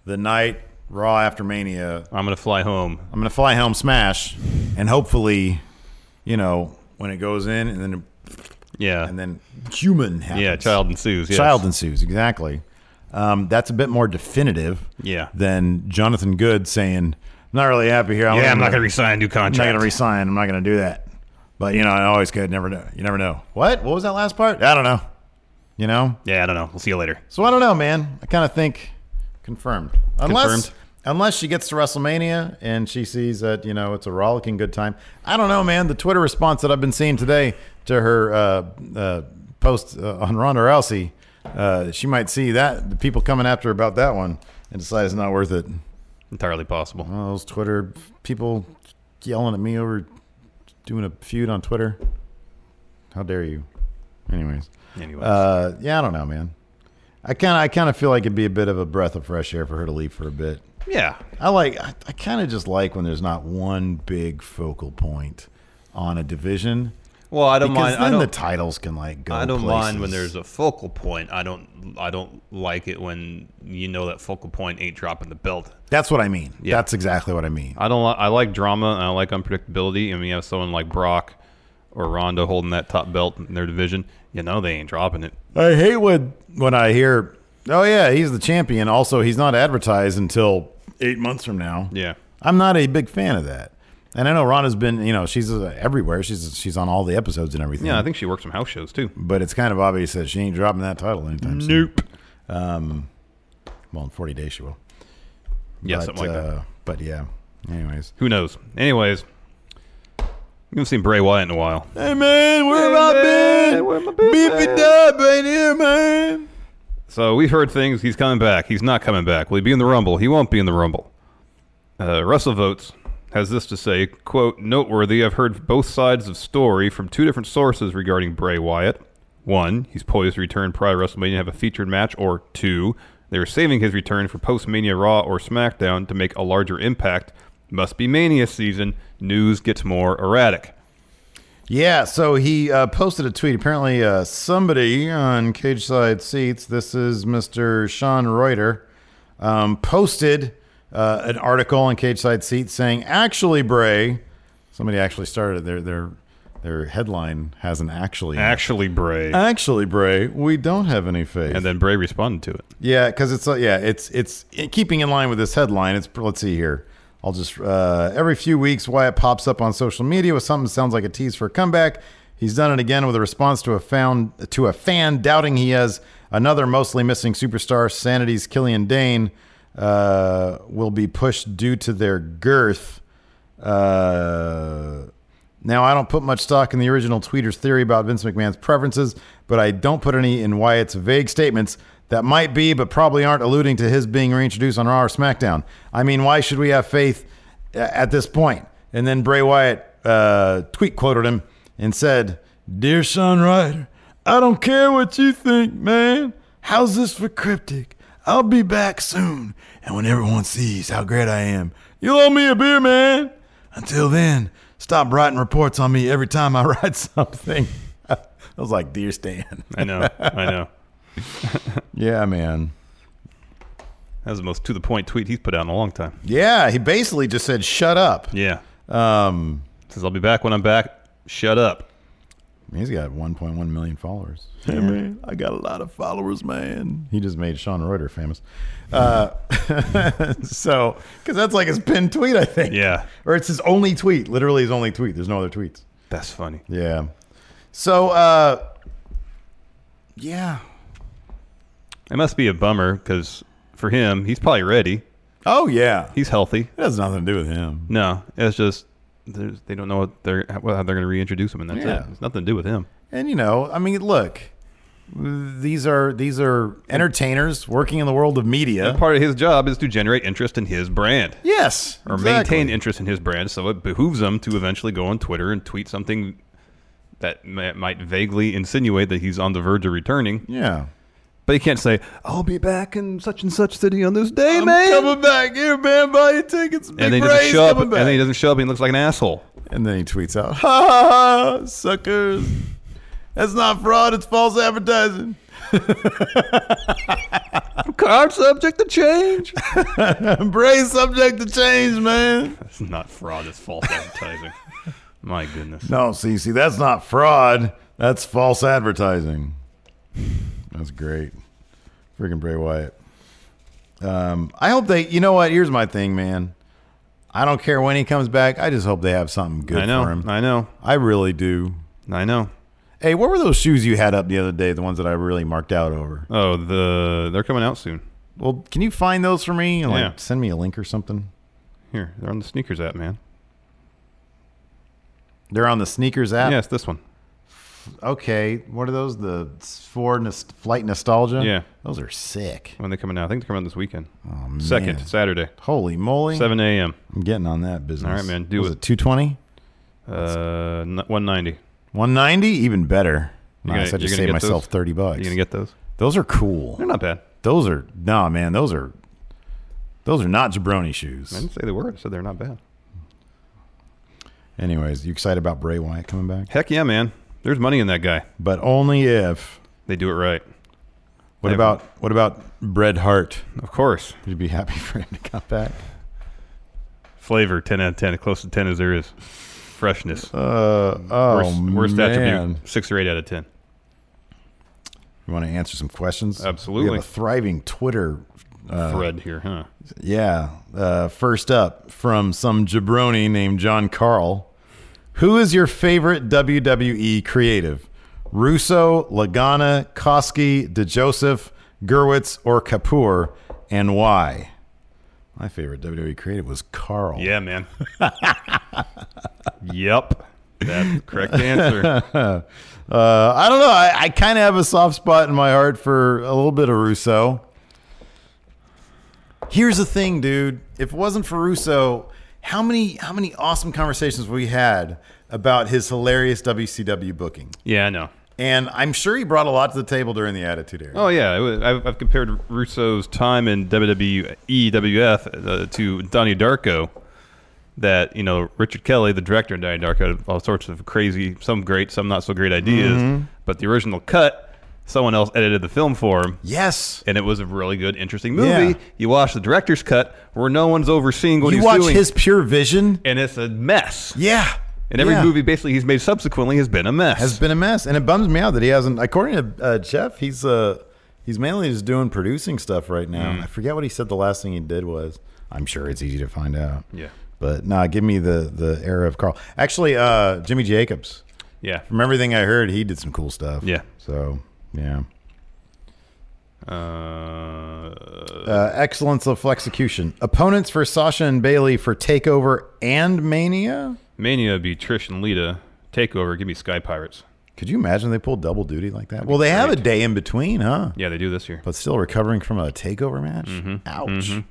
E: the night Raw after Mania,
F: I'm gonna fly home.
E: I'm going to fly home smash, and hopefully, you know, when it goes in and then
F: Yeah.
E: and then human happens.
F: yeah. Child ensues. Yes.
E: Child ensues, exactly. Um, that's a bit more definitive
F: Yeah.
E: than Jonathan Good saying, I'm not really happy here.
F: Yeah, I'm not gonna resign a new
E: I'm not
F: contract.
E: going to resign. I'm not going to do that. But you know, I always could never know. You never know. What? What was that last part? I don't know. You know.
F: Yeah, I don't know. We'll see you later.
E: So I don't know, man. I kind of think confirmed. Unless
F: Confirmed.
E: unless she gets to WrestleMania and she sees that you know it's a rollicking good time. I don't know, man. The Twitter response that I've been seeing today to her uh, uh, post uh, on Ronda Rousey, uh, she might see that the people coming after her about that one and decide it's not worth it.
F: Entirely possible.
E: All those Twitter people yelling at me over doing a feud on Twitter. How dare you? Anyways.
F: Anyways.
E: Uh, yeah, I don't know, man. I kind of I kind of feel like it'd be a bit of a breath of fresh air for her to leave for a bit.
F: yeah.
E: I like I, I kind of just like when there's not one big focal point on a division.
F: Well, I don't
E: because
F: mind.
E: Then the
F: I don't.
E: titles can like go.
F: I don't mind when
E: places.
F: there's a focal point. I don't. I don't like it when you know that focal point ain't dropping the belt.
E: That's what I mean.
F: Yeah.
E: That's exactly what I mean.
F: I don't. Li- I like drama and I like unpredictability. And when you have someone like Brock or Ronda holding that top belt in their division, you know they ain't dropping it.
E: I hate when when I hear, oh yeah, he's the champion. Also, he's not advertised until eight months from now.
F: Yeah.
E: I'm not a big fan of that. And I know Rhonda's been, you know, she's uh, everywhere. She's she's on all the episodes and everything.
F: Yeah, I think she works some house shows too.
E: But it's kind of obvious that she ain't dropping that title anytime soon.
F: Nope.
E: Well, in 40 days she will.
F: Yeah,
E: but,
F: something like that.
E: uh, But yeah. Anyways.
F: Who knows? Anyways, you haven't seen Bray Wyatt in a while.
E: Hey man, where have I been? Where Beefy Dub ain't here, man.
F: So we've heard things. He's coming back. He's not coming back. Will he be in the Rumble? He won't be in the Rumble. Uh, Russell Votes has this to say, quote, noteworthy, I've heard both sides of story from two different sources regarding Bray Wyatt. One, he's poised to return prior to WrestleMania and have a featured match, or two, they were saving his return for post-Mania Raw or SmackDown to make a larger impact. Must be Mania season. News gets more erratic.
E: Yeah, so he uh, posted a tweet. Apparently, uh, somebody on Cage Side Seats, this is Mr. Sean Reuter, um, posted uh, an article on Cage Side Seats saying, "Actually, Bray." Somebody actually started their their their headline has an actually. in it.
F: Actually, Bray.
E: Uh, Actually, Bray, we don't have any faith.
F: and then Bray responded to it.
E: Yeah, because it's uh, yeah, it's it's in- keeping in line with this headline. It's let's see here. I'll just uh, every few weeks Wyatt pops up on social media with something that sounds like a tease for a comeback. He's done it again with a response to a found to a fan doubting he has another mostly missing superstar. Sanity's Killian Dane uh, will be pushed due to their girth. Uh, now, I don't put much stock in the original tweeter's theory about Vince McMahon's preferences, but I don't put any in Wyatt's vague statements that might be, but probably aren't alluding to his being reintroduced on Raw or SmackDown. I mean, why should we have faith uh, at this point? And then Bray Wyatt uh, tweet quoted him and said, Dear Sean Ryder, I don't care what you think, man. How's this for cryptic? I'll be back soon. And when everyone sees how great I am, you'll owe me a beer, man. Until then, stop writing reports on me every time I (laughs) write something. (laughs) I was like, Dear Stan.
F: I know. I know.
E: (laughs) Yeah, man.
F: That was the most to the point tweet he's put out in a long time.
E: Yeah, he basically just said, Shut up.
F: Yeah.
E: Um,
F: Says I'll be back when I'm back. Shut up.
E: He's got 1.1 million (laughs) followers. Hey, man, I got a lot of followers, man. He just made Sean Reuter famous. Uh, (laughs) so, because that's like his pinned tweet, I think.
F: Yeah.
E: Or it's his only tweet, literally his only tweet. There's no other tweets.
F: That's funny.
E: Yeah. So, uh, yeah.
F: It must be a bummer because for him, he's probably ready.
E: Oh, yeah.
F: He's healthy.
E: It has nothing to do with him.
F: No, it's just there's, they don't know what they're how how they're going to reintroduce him, and that's
E: Yeah.
F: it. It's nothing to do with him.
E: And, you know, I mean, look. These are these are entertainers working in the world of media.
F: Part of his job is to generate interest in his brand
E: Yes,
F: or
E: exactly.
F: maintain interest in his brand, so it behooves him to eventually go on Twitter and tweet something that ma- might vaguely insinuate that he's on the verge of returning.
E: Yeah,
F: But he can't say, "I'll be back in such and such city on this day, man."
E: coming back here, man. Buy your tickets. Big
F: and then he doesn't
E: Bray's
F: show up,
E: coming
F: and
E: back.
F: then he doesn't show up, and he looks like an asshole.
E: And then he tweets out, "Ha ha ha, suckers! That's not fraud. It's false (laughs) advertising.
F: Card subject
E: (laughs)
F: to change.
E: Bray's subject to change, man.
F: That's (laughs) not fraud.
E: (laughs)
F: That's false advertising. My goodness.
E: No, Cece, that's not fraud. That's false advertising. That's great. Freaking Bray Wyatt. Um, I hope they. You know what? Here's my thing, man. I don't care when he comes back. I just hope they have something good
F: I know.
E: for him.
F: I know.
E: I really do.
F: I know.
E: Hey, what were those shoes you had up the other day? The ones that I really marked out over.
F: Oh, the they're coming out soon.
E: Well, can you find those for me? Like,
F: Yeah.
E: send me a link or something.
F: Here, they're on the sneakers app, man.
E: They're on the sneakers app.
F: Yes, this one.
E: Okay. What are those? The Ford Nost- Flight Nostalgia.
F: Yeah.
E: Those are sick.
F: When they coming out, I think they're coming out this weekend. Oh, Second
E: man.
F: Saturday,
E: Holy moly!
F: seven a.m.
E: I'm getting on that business.
F: All right, man, do
E: was
F: it.
E: it 220,
F: Uh, one ninety.
E: 190, even better. nice.
F: You're gonna-
E: I just
F: you're
E: saved
F: gonna get those?
E: myself 30 bucks.
F: You gonna get those?
E: those are cool.
F: They're not bad.
E: Those are nah, man. Those are those are not jabroni shoes.
F: I didn't say they were. I said they're not bad.
E: Anyways, you excited about Bray Wyatt coming back?
F: Heck yeah, man. There's money in that guy.
E: But only if.
F: They do it right.
E: What
F: Hey,
E: about what about Bret Hart?
F: Of course.
E: Would you be happy (laughs) for him to come back?
F: Flavor, ten out of ten, close to ten as there is. Freshness.
E: Uh, oh
F: worst worst
E: man.
F: attribute, six or eight out of ten.
E: You want to answer some questions?
F: Absolutely.
E: We have a thriving Twitter.
F: Thread here, huh?
E: Yeah. Uh, first up from some jabroni named John Carl. Who is your favorite WWE creative? Russo, Lagana, Koski, DeJoseph, Gerwitz, or Kapoor, and why? My favorite WWE creative was Carl.
F: Yeah, man. (laughs) yep. That's the correct answer.
E: Uh, I don't know. I, I kind of have a soft spot in my heart for a little bit of Russo. Here's the thing, dude. If it wasn't for Russo, how many how many awesome conversations we had about his hilarious WCW booking?
F: Yeah, I know.
E: And I'm sure he brought a lot to the table during the Attitude Era.
F: Oh yeah, it was- I've, I've compared Russo's time in WWEWF uh, to Donnie Darko. That you know, Richard Kelly, the director of Donnie Darko, had all sorts of crazy, some great, some not so great ideas. But the original cut, someone else edited the film for him,
E: Yes.
F: and it was a really good, interesting
E: Yeah.
F: movie. You watch the director's cut, where no one's overseeing what
E: you
F: he's
E: watch
F: doing,
E: his pure vision.
F: and it's a mess.
E: Yeah.
F: And every
E: Yeah.
F: movie basically he's made subsequently has been a mess.
E: has been a mess, and it bums me out that he hasn't. According to uh, Jeff, he's uh he's mainly just doing producing stuff right now.
F: Mm.
E: I forget what he said. The last thing he did was. I'm sure it's easy to find out.
F: Yeah.
E: But nah, give me the the era of Carl. Actually, uh, Jimmy Jacobs.
F: yeah.
E: From everything I heard, he did some cool stuff.
F: Yeah.
E: So yeah.
F: Uh,
E: Uh, excellence of execution. Opponents for Sasha and Bailey for Takeover and Mania.
F: Mania would be Trish and Lita. Takeover, give me Sky Pirates.
E: Could you imagine they pulled double duty like that? Well, they have a day in between, huh?
F: Yeah, they do this year.
E: But still recovering from a takeover match.
F: Mm-hmm.
E: Ouch.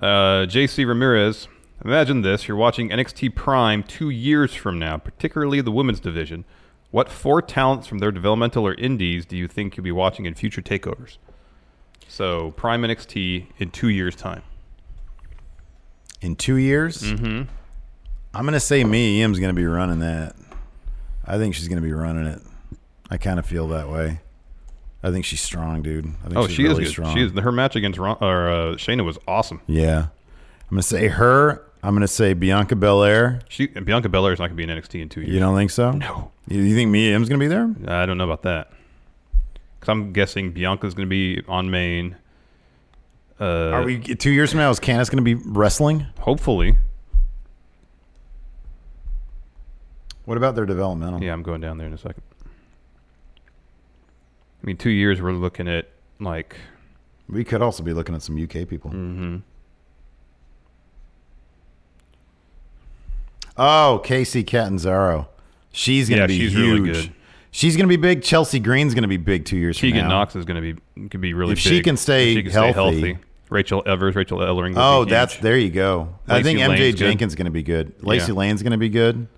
F: Uh, JC Ramirez, imagine this. You're watching NXT Prime two years from now, particularly the women's division. What four talents from their developmental or indies do you think you'll be watching in future takeovers? So, Prime NXT in two years' time.
E: in two years. Mm-hmm. I'm gonna say me. Em's gonna be running that. I think she's gonna be running it. I kind of feel that way. I think she's strong, dude. I think
F: Oh,
E: she's
F: she
E: really
F: is good.
E: strong.
F: She is, her match against Ron, or, uh, Shayna was awesome.
E: Yeah, I'm gonna say her. I'm gonna say Bianca Belair.
F: She and Bianca Belair is not going to be in NXT in two years.
E: You don't think so?
F: No.
E: You, you think me? Em's gonna be there?
F: I don't know about that. Because I'm guessing Bianca's going to be on main. Uh,
E: Are we two years from now? Is Candice gonna be wrestling?
F: hopefully.
E: What about their developmental?
F: Yeah, I'm going down there in a second. I mean, two years, we're looking at like.
E: We could also be looking at some UK people. Mm-hmm. Oh, Casey Catanzaro. She's going to be
F: Yeah, she's
E: huge.
F: really good.
E: She's going to be big. Chelsea Green's going to be big two years
F: Tegan
E: from now.
F: Knox is going to be could be really
E: If
F: big.
E: she can stay
F: If she can
E: healthy.
F: stay healthy. Rachel Evers, Rachel Ellering. would be
E: Oh,
F: huge.
E: that's there you go. I
F: Lacey
E: think MJ
F: Lane's good.
E: Jenkins is going to be good. Lacey
F: Yeah.
E: Lane's going to be good.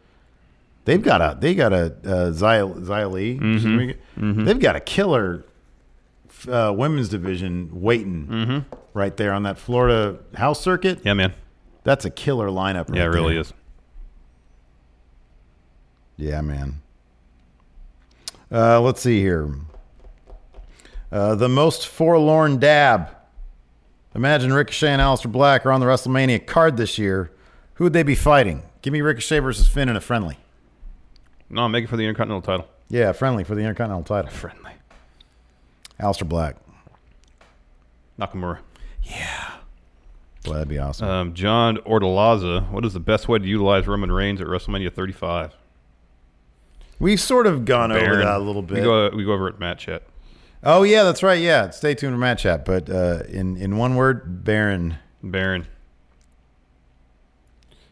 E: They've got a they got a uh, Zia, Zia Lee.
F: Mm-hmm.
E: She's gonna be good. They've got a killer uh, women's division waiting
F: Mm-hmm.
E: right there on that Florida house circuit.
F: yeah, man.
E: That's a killer lineup. Right
F: Yeah, it really
E: there.
F: is.
E: Yeah, man. Uh, let's see here. Uh, the most forlorn dab. Imagine Ricochet and Aleister Black are on the WrestleMania card this year. Who would they be fighting? Give me Ricochet versus Finn in a friendly.
F: No, I'm making for the Intercontinental title.
E: Yeah, friendly for the Intercontinental title.
F: Friendly.
E: Aleister Black.
F: Nakamura.
E: Well, that'd be awesome.
F: Um, John Ortolaza, what is the best way to utilize Roman Reigns at WrestleMania 35?
E: We've sort of gone over
F: Baron.
E: that a little bit.
F: We go, we go over it in Matt Chat.
E: oh yeah, that's right. Yeah, stay tuned for Matt Chat. But uh, in in one word, Baron.
F: Baron.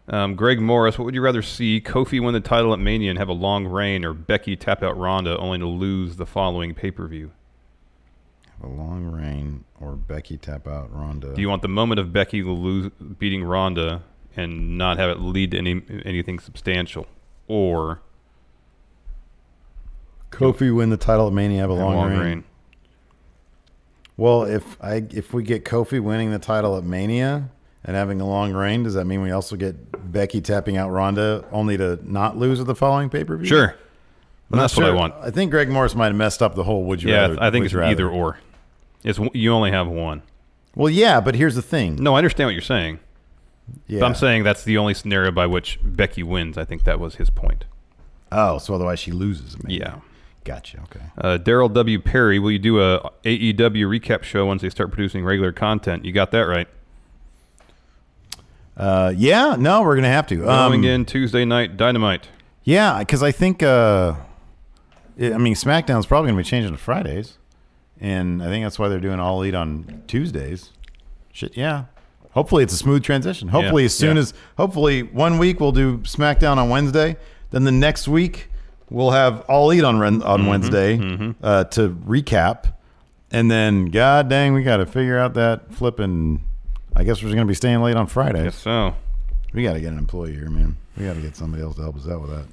F: Um, Greg Morris, what would you rather see? Kofi win the title at Mania and have a long reign, or Becky tap out Ronda only to lose the following pay per view?
E: A long reign or Becky tap out Ronda.
F: Do you want the moment of Becky lose, beating Ronda and not have it lead to any anything substantial, or
E: Kofi win the title at Mania? Have a
F: a
E: long,
F: long
E: reign.
F: reign?
E: Well, if I if we get Kofi winning the title at Mania and having a long reign, does that mean we also get Becky tapping out Ronda only to not lose at the following pay per view?
F: Sure, Well, that's what I want.
E: I think Greg Morris might have messed up the whole. Would you?
F: yeah,
E: rather,
F: I think
E: would
F: it's
E: you rather.
F: either or. It's w- you only have one.
E: Well, yeah, but here's the thing.
F: No, I understand what you're saying.
E: yeah.
F: But I'm saying that's the only scenario by which Becky wins. I think that was his point.
E: Oh, so otherwise she loses. Maybe.
F: Yeah.
E: Gotcha. Okay.
F: Uh, Daryl W. Perry, will you do a AEW recap show once they start producing regular content? You got that right.
E: Uh, yeah. No, we're gonna have to. Um,
F: Going in Tuesday night, Dynamite.
E: yeah, because I think. Uh, it, I mean, SmackDown's probably gonna be changing to Fridays, and I think that's why they're doing All Elite on Tuesdays. Shit. Yeah. Hopefully it's a smooth transition. Hopefully as soon
F: yeah.
E: as hopefully one week we'll do SmackDown on Wednesday, then the next week we'll have All Elite on Ren-
F: Mm-hmm,
E: on Wednesday Uh, to recap, and then God dang, we got to figure out that flipping. I guess we're going to be staying late on Friday.
F: Yes, so.
E: We got to get an employee here, man. We got to get somebody else to help us out with that.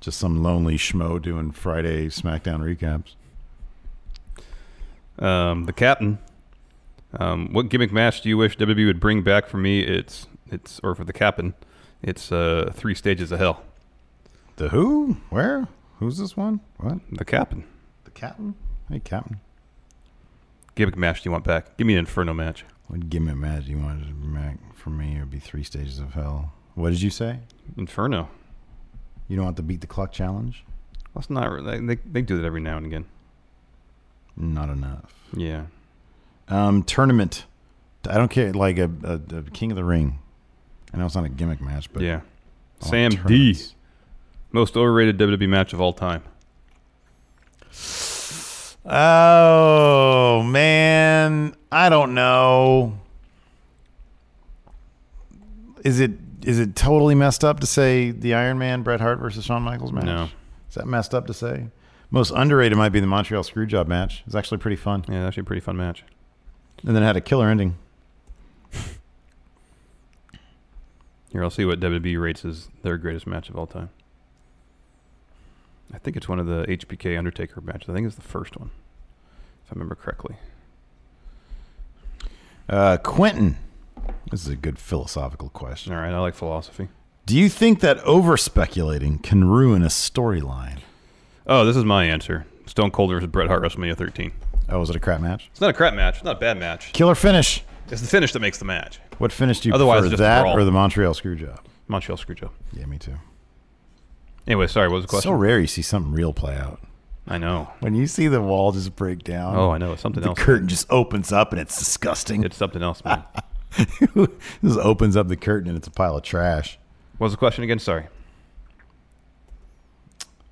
E: Just some lonely schmo doing Friday SmackDown recaps.
F: Um, the captain. Um, what gimmick match do you wish WWE would bring back for me? It's it's or for the captain. It's uh, three stages of hell.
E: The who? Where? Who's this one? What?
F: The captain.
E: The captain? Hey, captain.
F: Gimmick match do you want back? Give me an inferno match.
E: What gimmick match you wanted to make for me? It would be three stages of hell. What did you say?
F: Inferno.
E: You don't want the beat the clock challenge?
F: That's not. re- They, they, they do that every now and again.
E: Not enough.
F: Yeah.
E: Um, tournament. I don't care. Like a, a, a King of the Ring. I know it's not a gimmick match, but I
F: yeah.
E: want
F: Sam D.
E: tournaments.
F: Most overrated WWE match of all time.
E: Oh man, I don't know. Is it is it totally messed up to say the Iron Man Bret Hart versus Shawn Michaels match?
F: No.
E: Is that messed up to say? Most underrated might be the Montreal Screwjob match. It's actually pretty fun,
F: Yeah, actually a pretty fun match.
E: and then it had a killer ending.
F: Here, I'll see what WWE rates as their greatest match of all time. I think it's one of the HBK Undertaker matches. I think it's the first one, if I remember correctly.
E: Uh, Quentin, this is a good philosophical question.
F: All right, I like philosophy.
E: Do you think that over speculating can ruin a storyline?
F: Oh, this is my answer: Stone Cold versus Bret Hart, WrestleMania 13.
E: Oh, was it a crap match?
F: It's not a crap match. It's not a bad match.
E: Killer finish.
F: It's the finish that makes the match.
E: What finish do you
F: Otherwise,
E: prefer,
F: just a
E: that
F: brawl.
E: or the Montreal Screwjob?
F: Montreal Screwjob.
E: Yeah, me too.
F: Anyway, sorry. What was the
E: It's
F: question?
E: So rare you see something real play out.
F: I know.
E: When you see the wall just break down,
F: Oh, I know. It's something
E: the
F: else.
E: curtain just opens up and it's disgusting.
F: It's something else, man.
E: (laughs) It just opens up the curtain and it's a pile of trash.
F: what was the question again? Sorry.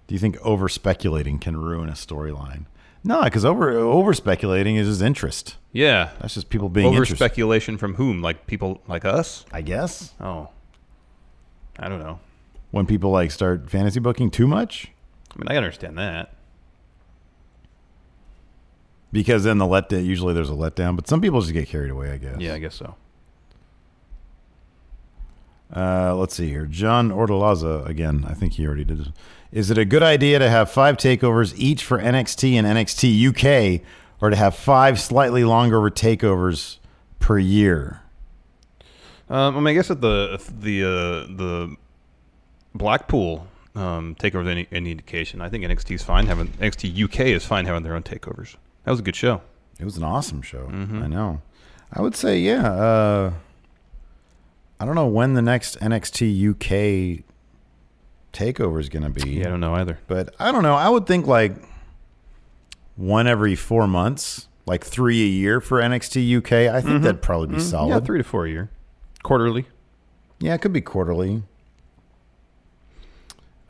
E: Do you think over speculating can ruin a storyline? No, because over over speculating is just interest.
F: Yeah.
E: That's just people being
F: Over
E: interested.
F: speculation from whom? Like people like us?
E: I guess
F: Oh. I don't know.
E: when people like start fantasy booking too much,
F: I mean, I understand that.
E: because then the letdown usually there's a letdown. But some people just get carried away. I guess.
F: Yeah, I guess so.
E: Uh, let's see here. John Ortolaza again. I think he already did. this. Is it a good idea to have five takeovers each for NXT and NXT UK, or to have five slightly longer takeovers per year?
F: Um, I mean, I guess that the the uh, the Blackpool um, takeovers any any indication. I think NXT's fine having NXT UK is fine having their own takeovers. That was a good show.
E: It was an awesome show. I know. I would say yeah. Uh, I don't know when the next NXT UK takeover is going to be.
F: Yeah, I don't know either.
E: But I don't know. I would think like one every four months like three a year for NXT UK. I think that'd probably be solid.
F: Yeah, three to four a year, quarterly.
E: Yeah, it could be quarterly.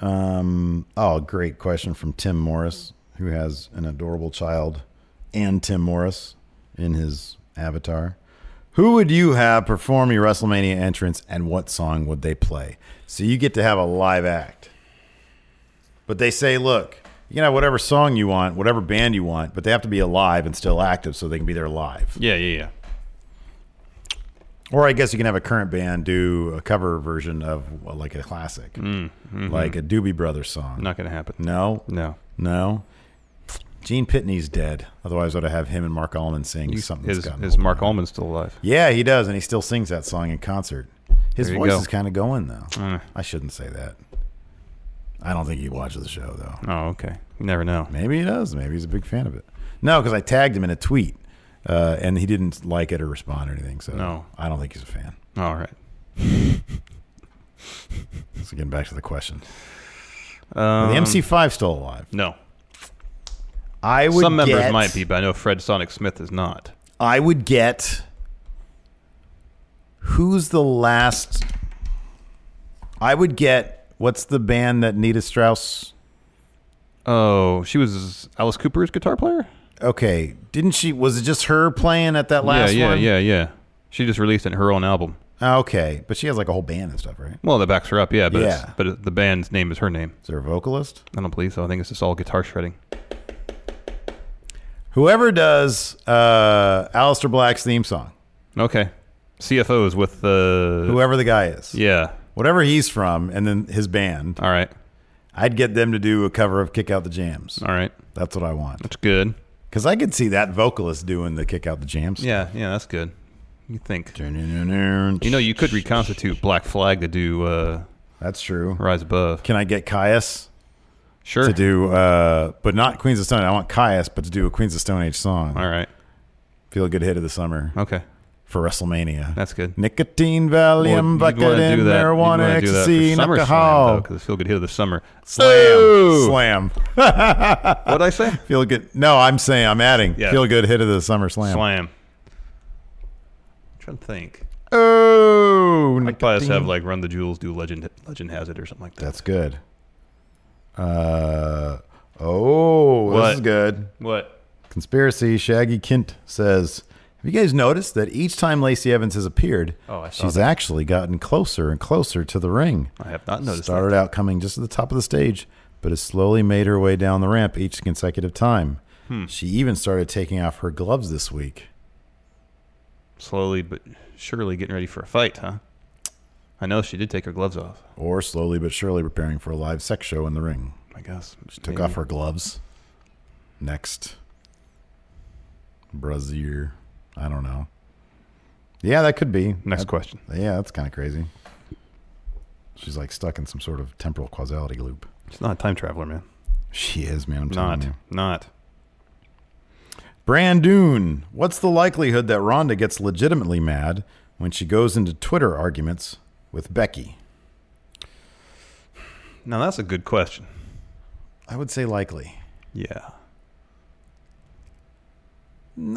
E: Um, oh, great question from Tim Morris, who has an adorable child and Tim Morris in his avatar. Who would you have perform your WrestleMania entrance and what song would they play? So you get to have a live act. But they say, look, you can have whatever song you want, whatever band you want, but they have to be alive and still active so they can be there live.
F: Yeah, yeah, yeah.
E: Or I guess you can have a current band do a cover version of well, like a classic, like a Doobie Brothers song.
F: Not gonna happen.
E: No,
F: Mm, mm-hmm. No.
E: no. Gene Pitney's dead. Otherwise, I'd have him and Mark Allman sing something. that's
F: Is,
E: gotten
F: is
E: old
F: Mark
E: now.
F: Allman still alive?
E: Yeah, he does, and he still sings that song in concert. His
F: There you
E: voice
F: go. Mm.
E: is kind of going though. I shouldn't say that. I don't think he watches the show though.
F: Oh, okay. You never know.
E: Maybe he does. Maybe he's a big fan of it. No, because I tagged him in a tweet, uh, and he didn't like it or respond or anything. So
F: No.
E: I don't think he's a fan.
F: All right.
E: So getting back to the question. Are
F: Um,
E: the MC5 still alive?
F: No.
E: I would
F: Some members
E: get-
F: might be, but I know Fred Sonic Smith is not.
E: I would get. Who's the last? I would get. What's the band that Nita Strauss?
F: Oh, she was Alice Cooper's guitar player.
E: Okay, didn't she? Was it just her playing at that last
F: yeah, yeah,
E: one?
F: yeah, yeah. She just released it in her own album.
E: yeah. Okay, but she has like a whole band and stuff, right?
F: Well, that backs her up, yeah. But it's,
E: Yeah.
F: but it, the band's name is her name.
E: Is there a vocalist?
F: I don't believe so. I think it's just all guitar shredding.
E: Whoever does uh Alistair Black's theme song,
F: Okay. CFOs with the
E: whoever the guy is,
F: yeah.
E: whatever he's from, and then his band,
F: All right,
E: I'd get them to do a cover of "Kick Out the Jams."
F: all right.
E: That's what I want.
F: That's good.
E: Because I could see that vocalist doing the kick out the jams.
F: Yeah, yeah, that's good. You think? You
E: You
F: know, you could reconstitute Black Flag to do uh,
E: That's true.
F: Rise Above.
E: Can I get Caius
F: Sure.
E: to do, uh, but not Queens of Stone Age? I want Caius, but to do a Queens of Stone Age song.
F: All right.
E: Feel a good hit of the summer
F: Okay.
E: for WrestleMania.
F: That's good.
E: Nicotine,
F: Well,
E: Valium,
F: you'd
E: bucket
F: wanna
E: in
F: do that- you'd
E: marijuana,
F: wanna do that for
E: ecstasy,
F: SummerSlam,
E: alcohol.
F: though, 'cause it's feel good hit of the summer.
E: Slam. Slam.
F: What'd I say?
E: Feel good. No, I'm saying, I'm adding.
F: Yeah.
E: Feel good hit of the summer slam.
F: Slam. I'm trying to think.
E: Oh,
F: I'd probably just
E: nicotine.
F: have like Run the Jewels do Legend Legend Has It or something like that.
E: That's good. Uh, oh,
F: What?
E: this is good.
F: What?
E: Conspiracy Shaggy Kint says, "Have you guys noticed that each time Lacey Evans has appeared,
F: Oh, I saw
E: she's actually gotten closer and closer to the ring?
F: I have not noticed.
E: Started out coming just at the top of the stage, but has slowly made her way down the ramp each consecutive time.
F: Hmm.
E: She even started taking off her gloves this week.
F: that. Slowly but surely getting ready for a fight, huh? I know she did take her gloves off.
E: Or slowly but surely preparing for a live sex show in the ring.
F: I guess she
E: Took off her gloves. Next. Brazier. I don't know. Yeah, that could be.
F: Next
E: That-
F: question.
E: Yeah, that's kind of crazy. She's like stuck in some sort of temporal causality loop.
F: She's not a time traveler, man.
E: She is, man. I'm telling
F: Not.
E: you.
F: Not.
E: Brandoon, what's the likelihood that Rhonda gets legitimately mad when she goes into Twitter arguments with Becky?
F: Now that's a good question.
E: I would say likely.
F: Yeah.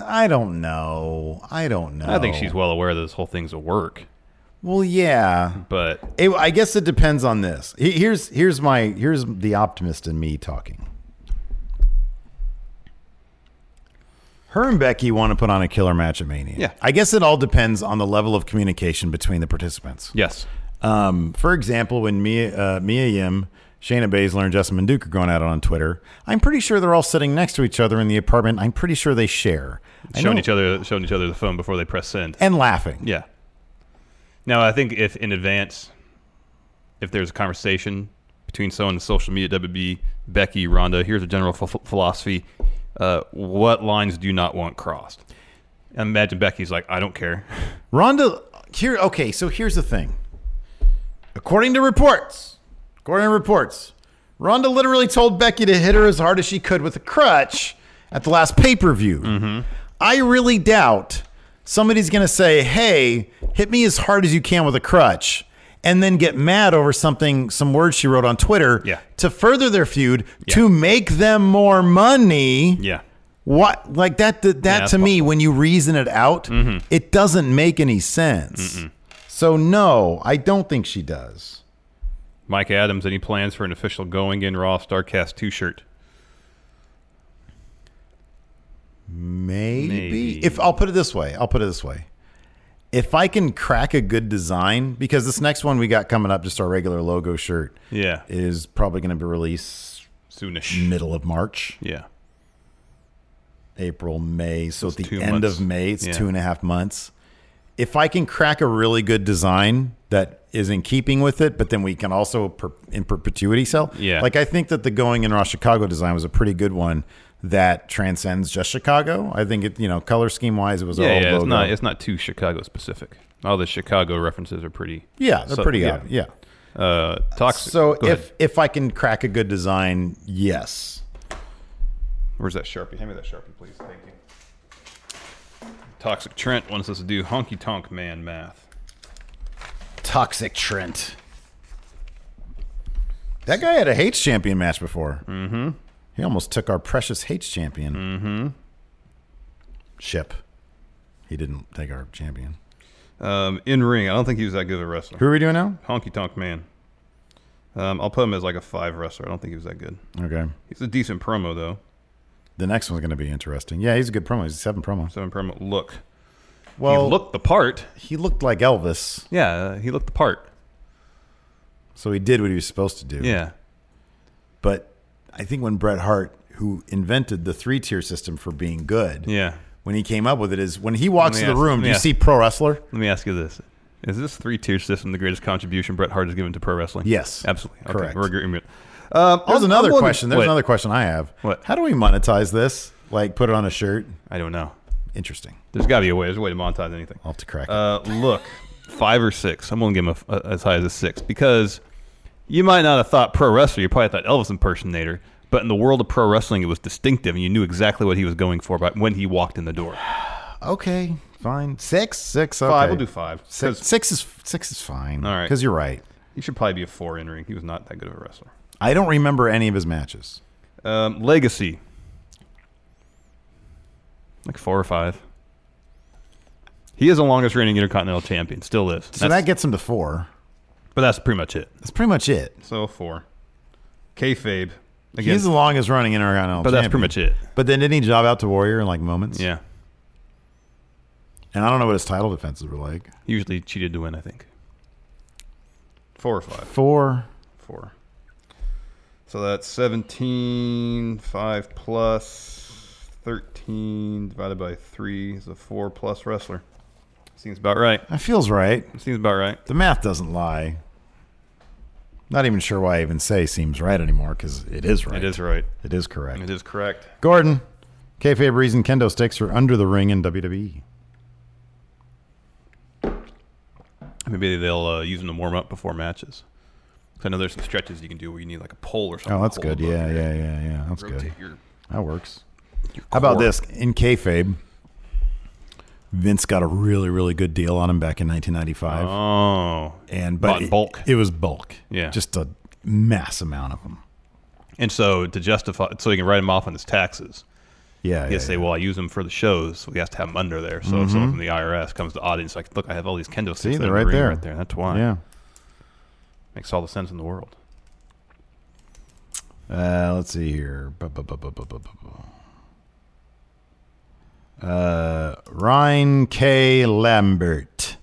E: I don't know. I don't know.
F: I think she's well aware that this whole thing's a work,
E: Well, yeah.
F: but
E: It, I guess it depends on this. He- Here's here's my here's the optimist in me talking. Her and Becky want to put on a killer match at Mania.
F: Yeah.
E: I guess it all depends on the level of communication between the participants.
F: yes.
E: Um, for example, when Mia, uh, Mia Yim, Shayna Baszler, and Jessamine Duke are going at it on Twitter, I'm pretty sure they're all sitting next to each other in the apartment. I'm pretty sure they share. I
F: Showing
E: know-
F: each other showing each other the phone before they press send.
E: and laughing.
F: Yeah. Now I think if in advance, if there's a conversation between someone in social media, WB, Becky, Rhonda, here's a general ph- philosophy: uh, what lines do you not want crossed? Imagine Becky's like, I don't care. (laughs)
E: Rhonda, here. Okay, so here's the thing. According to reports, according to reports, Rhonda literally told Becky to hit her as hard as she could with a crutch at the last pay per view.
F: Mm-hmm.
E: I really doubt somebody's going to say, "Hey, hit me as hard as you can with a crutch." And then get mad over something, some words she wrote on Twitter
F: Yeah.
E: to further their feud to make them more money
F: Yeah.
E: What like that? That, that
F: Yeah,
E: to me, when you reason it out,
F: Mm-hmm.
E: it doesn't make any sense. So no, I don't think she does.
F: Mike Adams, any plans for an official going in Raw Starcast two shirt?
E: Maybe.
F: Maybe.
E: If I'll put it this way, I'll put it this way. If I can crack a good design, because this next one we got coming up, just our regular logo shirt,
F: Yeah.
E: is probably going to be released
F: Soonish.
E: middle of March,
F: Yeah.
E: April, May. So at
F: two
E: the end
F: months.
E: of May, it's
F: Yeah.
E: two and a half months. If I can crack a really good design that is in keeping with it, but then we can also per- in perpetuity sell.
F: Yeah.
E: Like I think that the going in raw Chicago design was a pretty good one that transcends just Chicago. I think it, you know, color scheme wise, it was
F: Yeah,
E: all
F: yeah, it's
E: logo.
F: not it's not too Chicago specific. All the Chicago references are pretty.
E: Yeah, they're
F: so-
E: pretty obvious. Yeah.
F: Uh, toxic.
E: So
F: Go
E: if
F: ahead.
E: if I can crack a good design, yes.
F: where's that sharpie? Hand me that sharpie, please. Thank you. Toxic Trent wants us to do honky tonk man math.
E: Toxic Trent. That guy had a Hates champion match before. Mm-hmm. He almost took our precious Hates champion. Mm-hmm. Ship. He didn't take our champion.
F: Um, in ring, I don't think he was that good of a wrestler.
E: Who are we doing now?
F: Honky tonk man. Um, I'll put him as like a five wrestler. I don't think he was that good.
E: Okay.
F: He's a decent promo though.
E: The next one's going to be interesting. Yeah, he's a good promo. He's a seven promo.
F: Seven promo. Look,
E: Well,
F: he looked the part.
E: he looked like Elvis,
F: Yeah, uh, he looked the part.
E: so he did what he was supposed to do.
F: Yeah.
E: But I think when Bret Hart, who invented the three tier system for being good,
F: Yeah.
E: when he came up with it is when he walks
F: Let
E: in
F: me
E: the
F: ask-
E: room, do you
F: yeah.
E: see pro wrestler?
F: Let me ask you this. Is this three tier system the greatest contribution Bret Hart has given to pro wrestling?
E: Yes.
F: Absolutely. Okay,
E: Correct.
F: We're agreeing. Um,
E: There's
F: I'm-
E: another
F: I'm wondering-
E: question. There's
F: what?
E: another question I have.
F: What?
E: How do we monetize this? Like put it on a shirt?
F: I don't know.
E: Interesting.
F: There's got to be a way. There's a way to monetize anything.
E: I'll have to crack
F: Uh, look, five or six. I'm going to give him a f- a, as high as a six because you might not have thought pro wrestler. You probably thought Elvis impersonator. But in the world of pro wrestling, it was distinctive, and you knew exactly what he was going for by when he walked in the door.
E: it. Okay, fine. Six, six. Okay.
F: Five. We'll do five.
E: Six,
F: 'Cause
E: six is six is fine.
F: All right.
E: because you're right.
F: He should probably be a four in ring. He was not that good of a wrestler.
E: I don't remember any of his matches.
F: Um, legacy. Like four or five. He is the longest reigning Intercontinental Champion. Still is.
E: So
F: That's-
E: that gets him to four.
F: but that's pretty much it.
E: That's pretty much it.
F: So four. Kayfabe. Again.
E: He's the longest running intercontinental.
F: but that's pretty much
E: champion.
F: it.
E: But then didn't he job out to Warrior in like moments?
F: Yeah.
E: And I don't know what his title defenses were like.
F: He Usually cheated to win, I think. Four or five.
E: Four.
F: Four. So that's 17, 5 plus 13 divided by 3 is a 4 plus wrestler. Seems about right.
E: That feels right.
F: Seems about right.
E: The math doesn't lie. Not even sure why I even say seems right anymore because it is right.
F: It is right.
E: It is correct.
F: It is correct.
E: Gordon, kayfabe reason kendo sticks are under the ring in E. WWE.
F: Maybe they'll uh, use them to warm up before matches. 'Cause I know there's some stretches you can do where you need like a pole or something.
E: Oh, that's
F: to
E: good.
F: hold
E: Yeah,
F: up.
E: yeah, yeah, yeah. That's
F: Rotate
E: good.
F: your,
E: That works.
F: your
E: How about
F: core.
E: this? In kayfabe, Vince got a really, really good deal on him back in 1995,
F: Oh,
E: and
F: bought
E: but
F: in
E: it-
F: bulk.
E: It, was bulk.
F: Yeah.
E: just a mass amount of them.
F: and so to justify, so he can write them off on his taxes.
E: Yeah,
F: He
E: yeah,
F: has to say,
E: yeah.
F: "Well, I use them for the shows, so he has to have them under there." So if someone from the IRS comes to the audience, like, "Look, I have all these kendo sticks.
E: See,
F: that
E: they're
F: are in
E: right
F: the ring
E: there.
F: Right there. That's why.
E: Yeah.
F: makes all the sense in the world."
E: Uh, let's see here. Bu- bu- bu- bu- bu- bu- bu- bu- Uh, Ryan K. Lambert.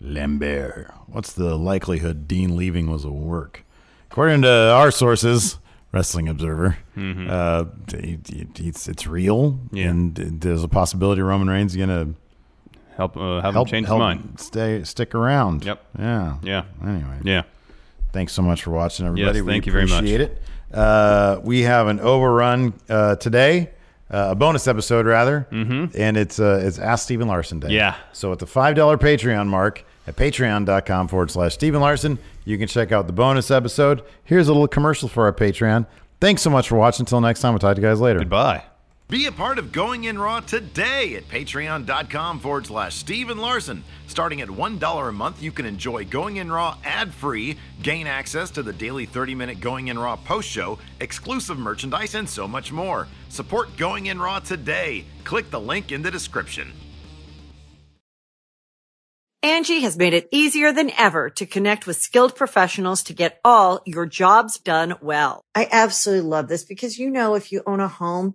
E: Lambert. What's the likelihood Dean leaving was a work? According to our sources, Wrestling Observer, uh, it- it- it's, it's real.
F: Mm-hmm. Yeah.
E: And there's a possibility Roman Reigns is going to
F: Help, uh, have
E: help,
F: him change
E: help
F: his mind.
E: Stay, stick around.
F: Yep.
E: Yeah.
F: Yeah.
E: Anyway
F: Yeah.
E: thanks so much for watching, everybody.
F: Yes,
E: We
F: thank you very much.
E: Appreciate it. Uh, we have an overrun uh, today, uh, a bonus episode rather, mm-hmm. and it's uh, it's Ask Stephen Larson Day.
F: Yeah.
E: So at the five dollar Patreon mark at patreon.com forward slash Stephen Larson, you can check out the bonus episode. Here's a little commercial for our Patreon. Thanks so much for watching. Until next time, we'll talk to you guys later.
F: Goodbye.
E: Be a part of Going In Raw today at patreon.com forward slash Steven Larson. Starting at $1 a month, you can enjoy Going In Raw ad free, gain access to the daily 30 minute Going In Raw post show, exclusive merchandise, and so much more. Support Going In Raw today. Click the link in the description.
A: Angie has made it easier than ever to connect with skilled professionals to get all your jobs done well. I absolutely love this because, you know, if you own a home,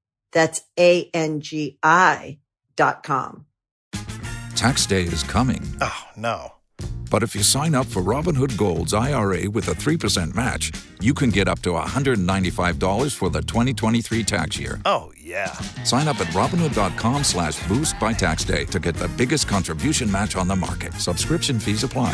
A: That's A-N-G-I dot com.
G: Tax day is coming.
H: Oh, no.
G: But if you sign up for Robinhood Gold's IRA with a 3% match, you can get up to $195 for the 2023 tax year.
H: Oh, yeah.
G: Sign up at Robinhood.com slash boost by tax day to get the biggest contribution match on the market. Subscription fees apply.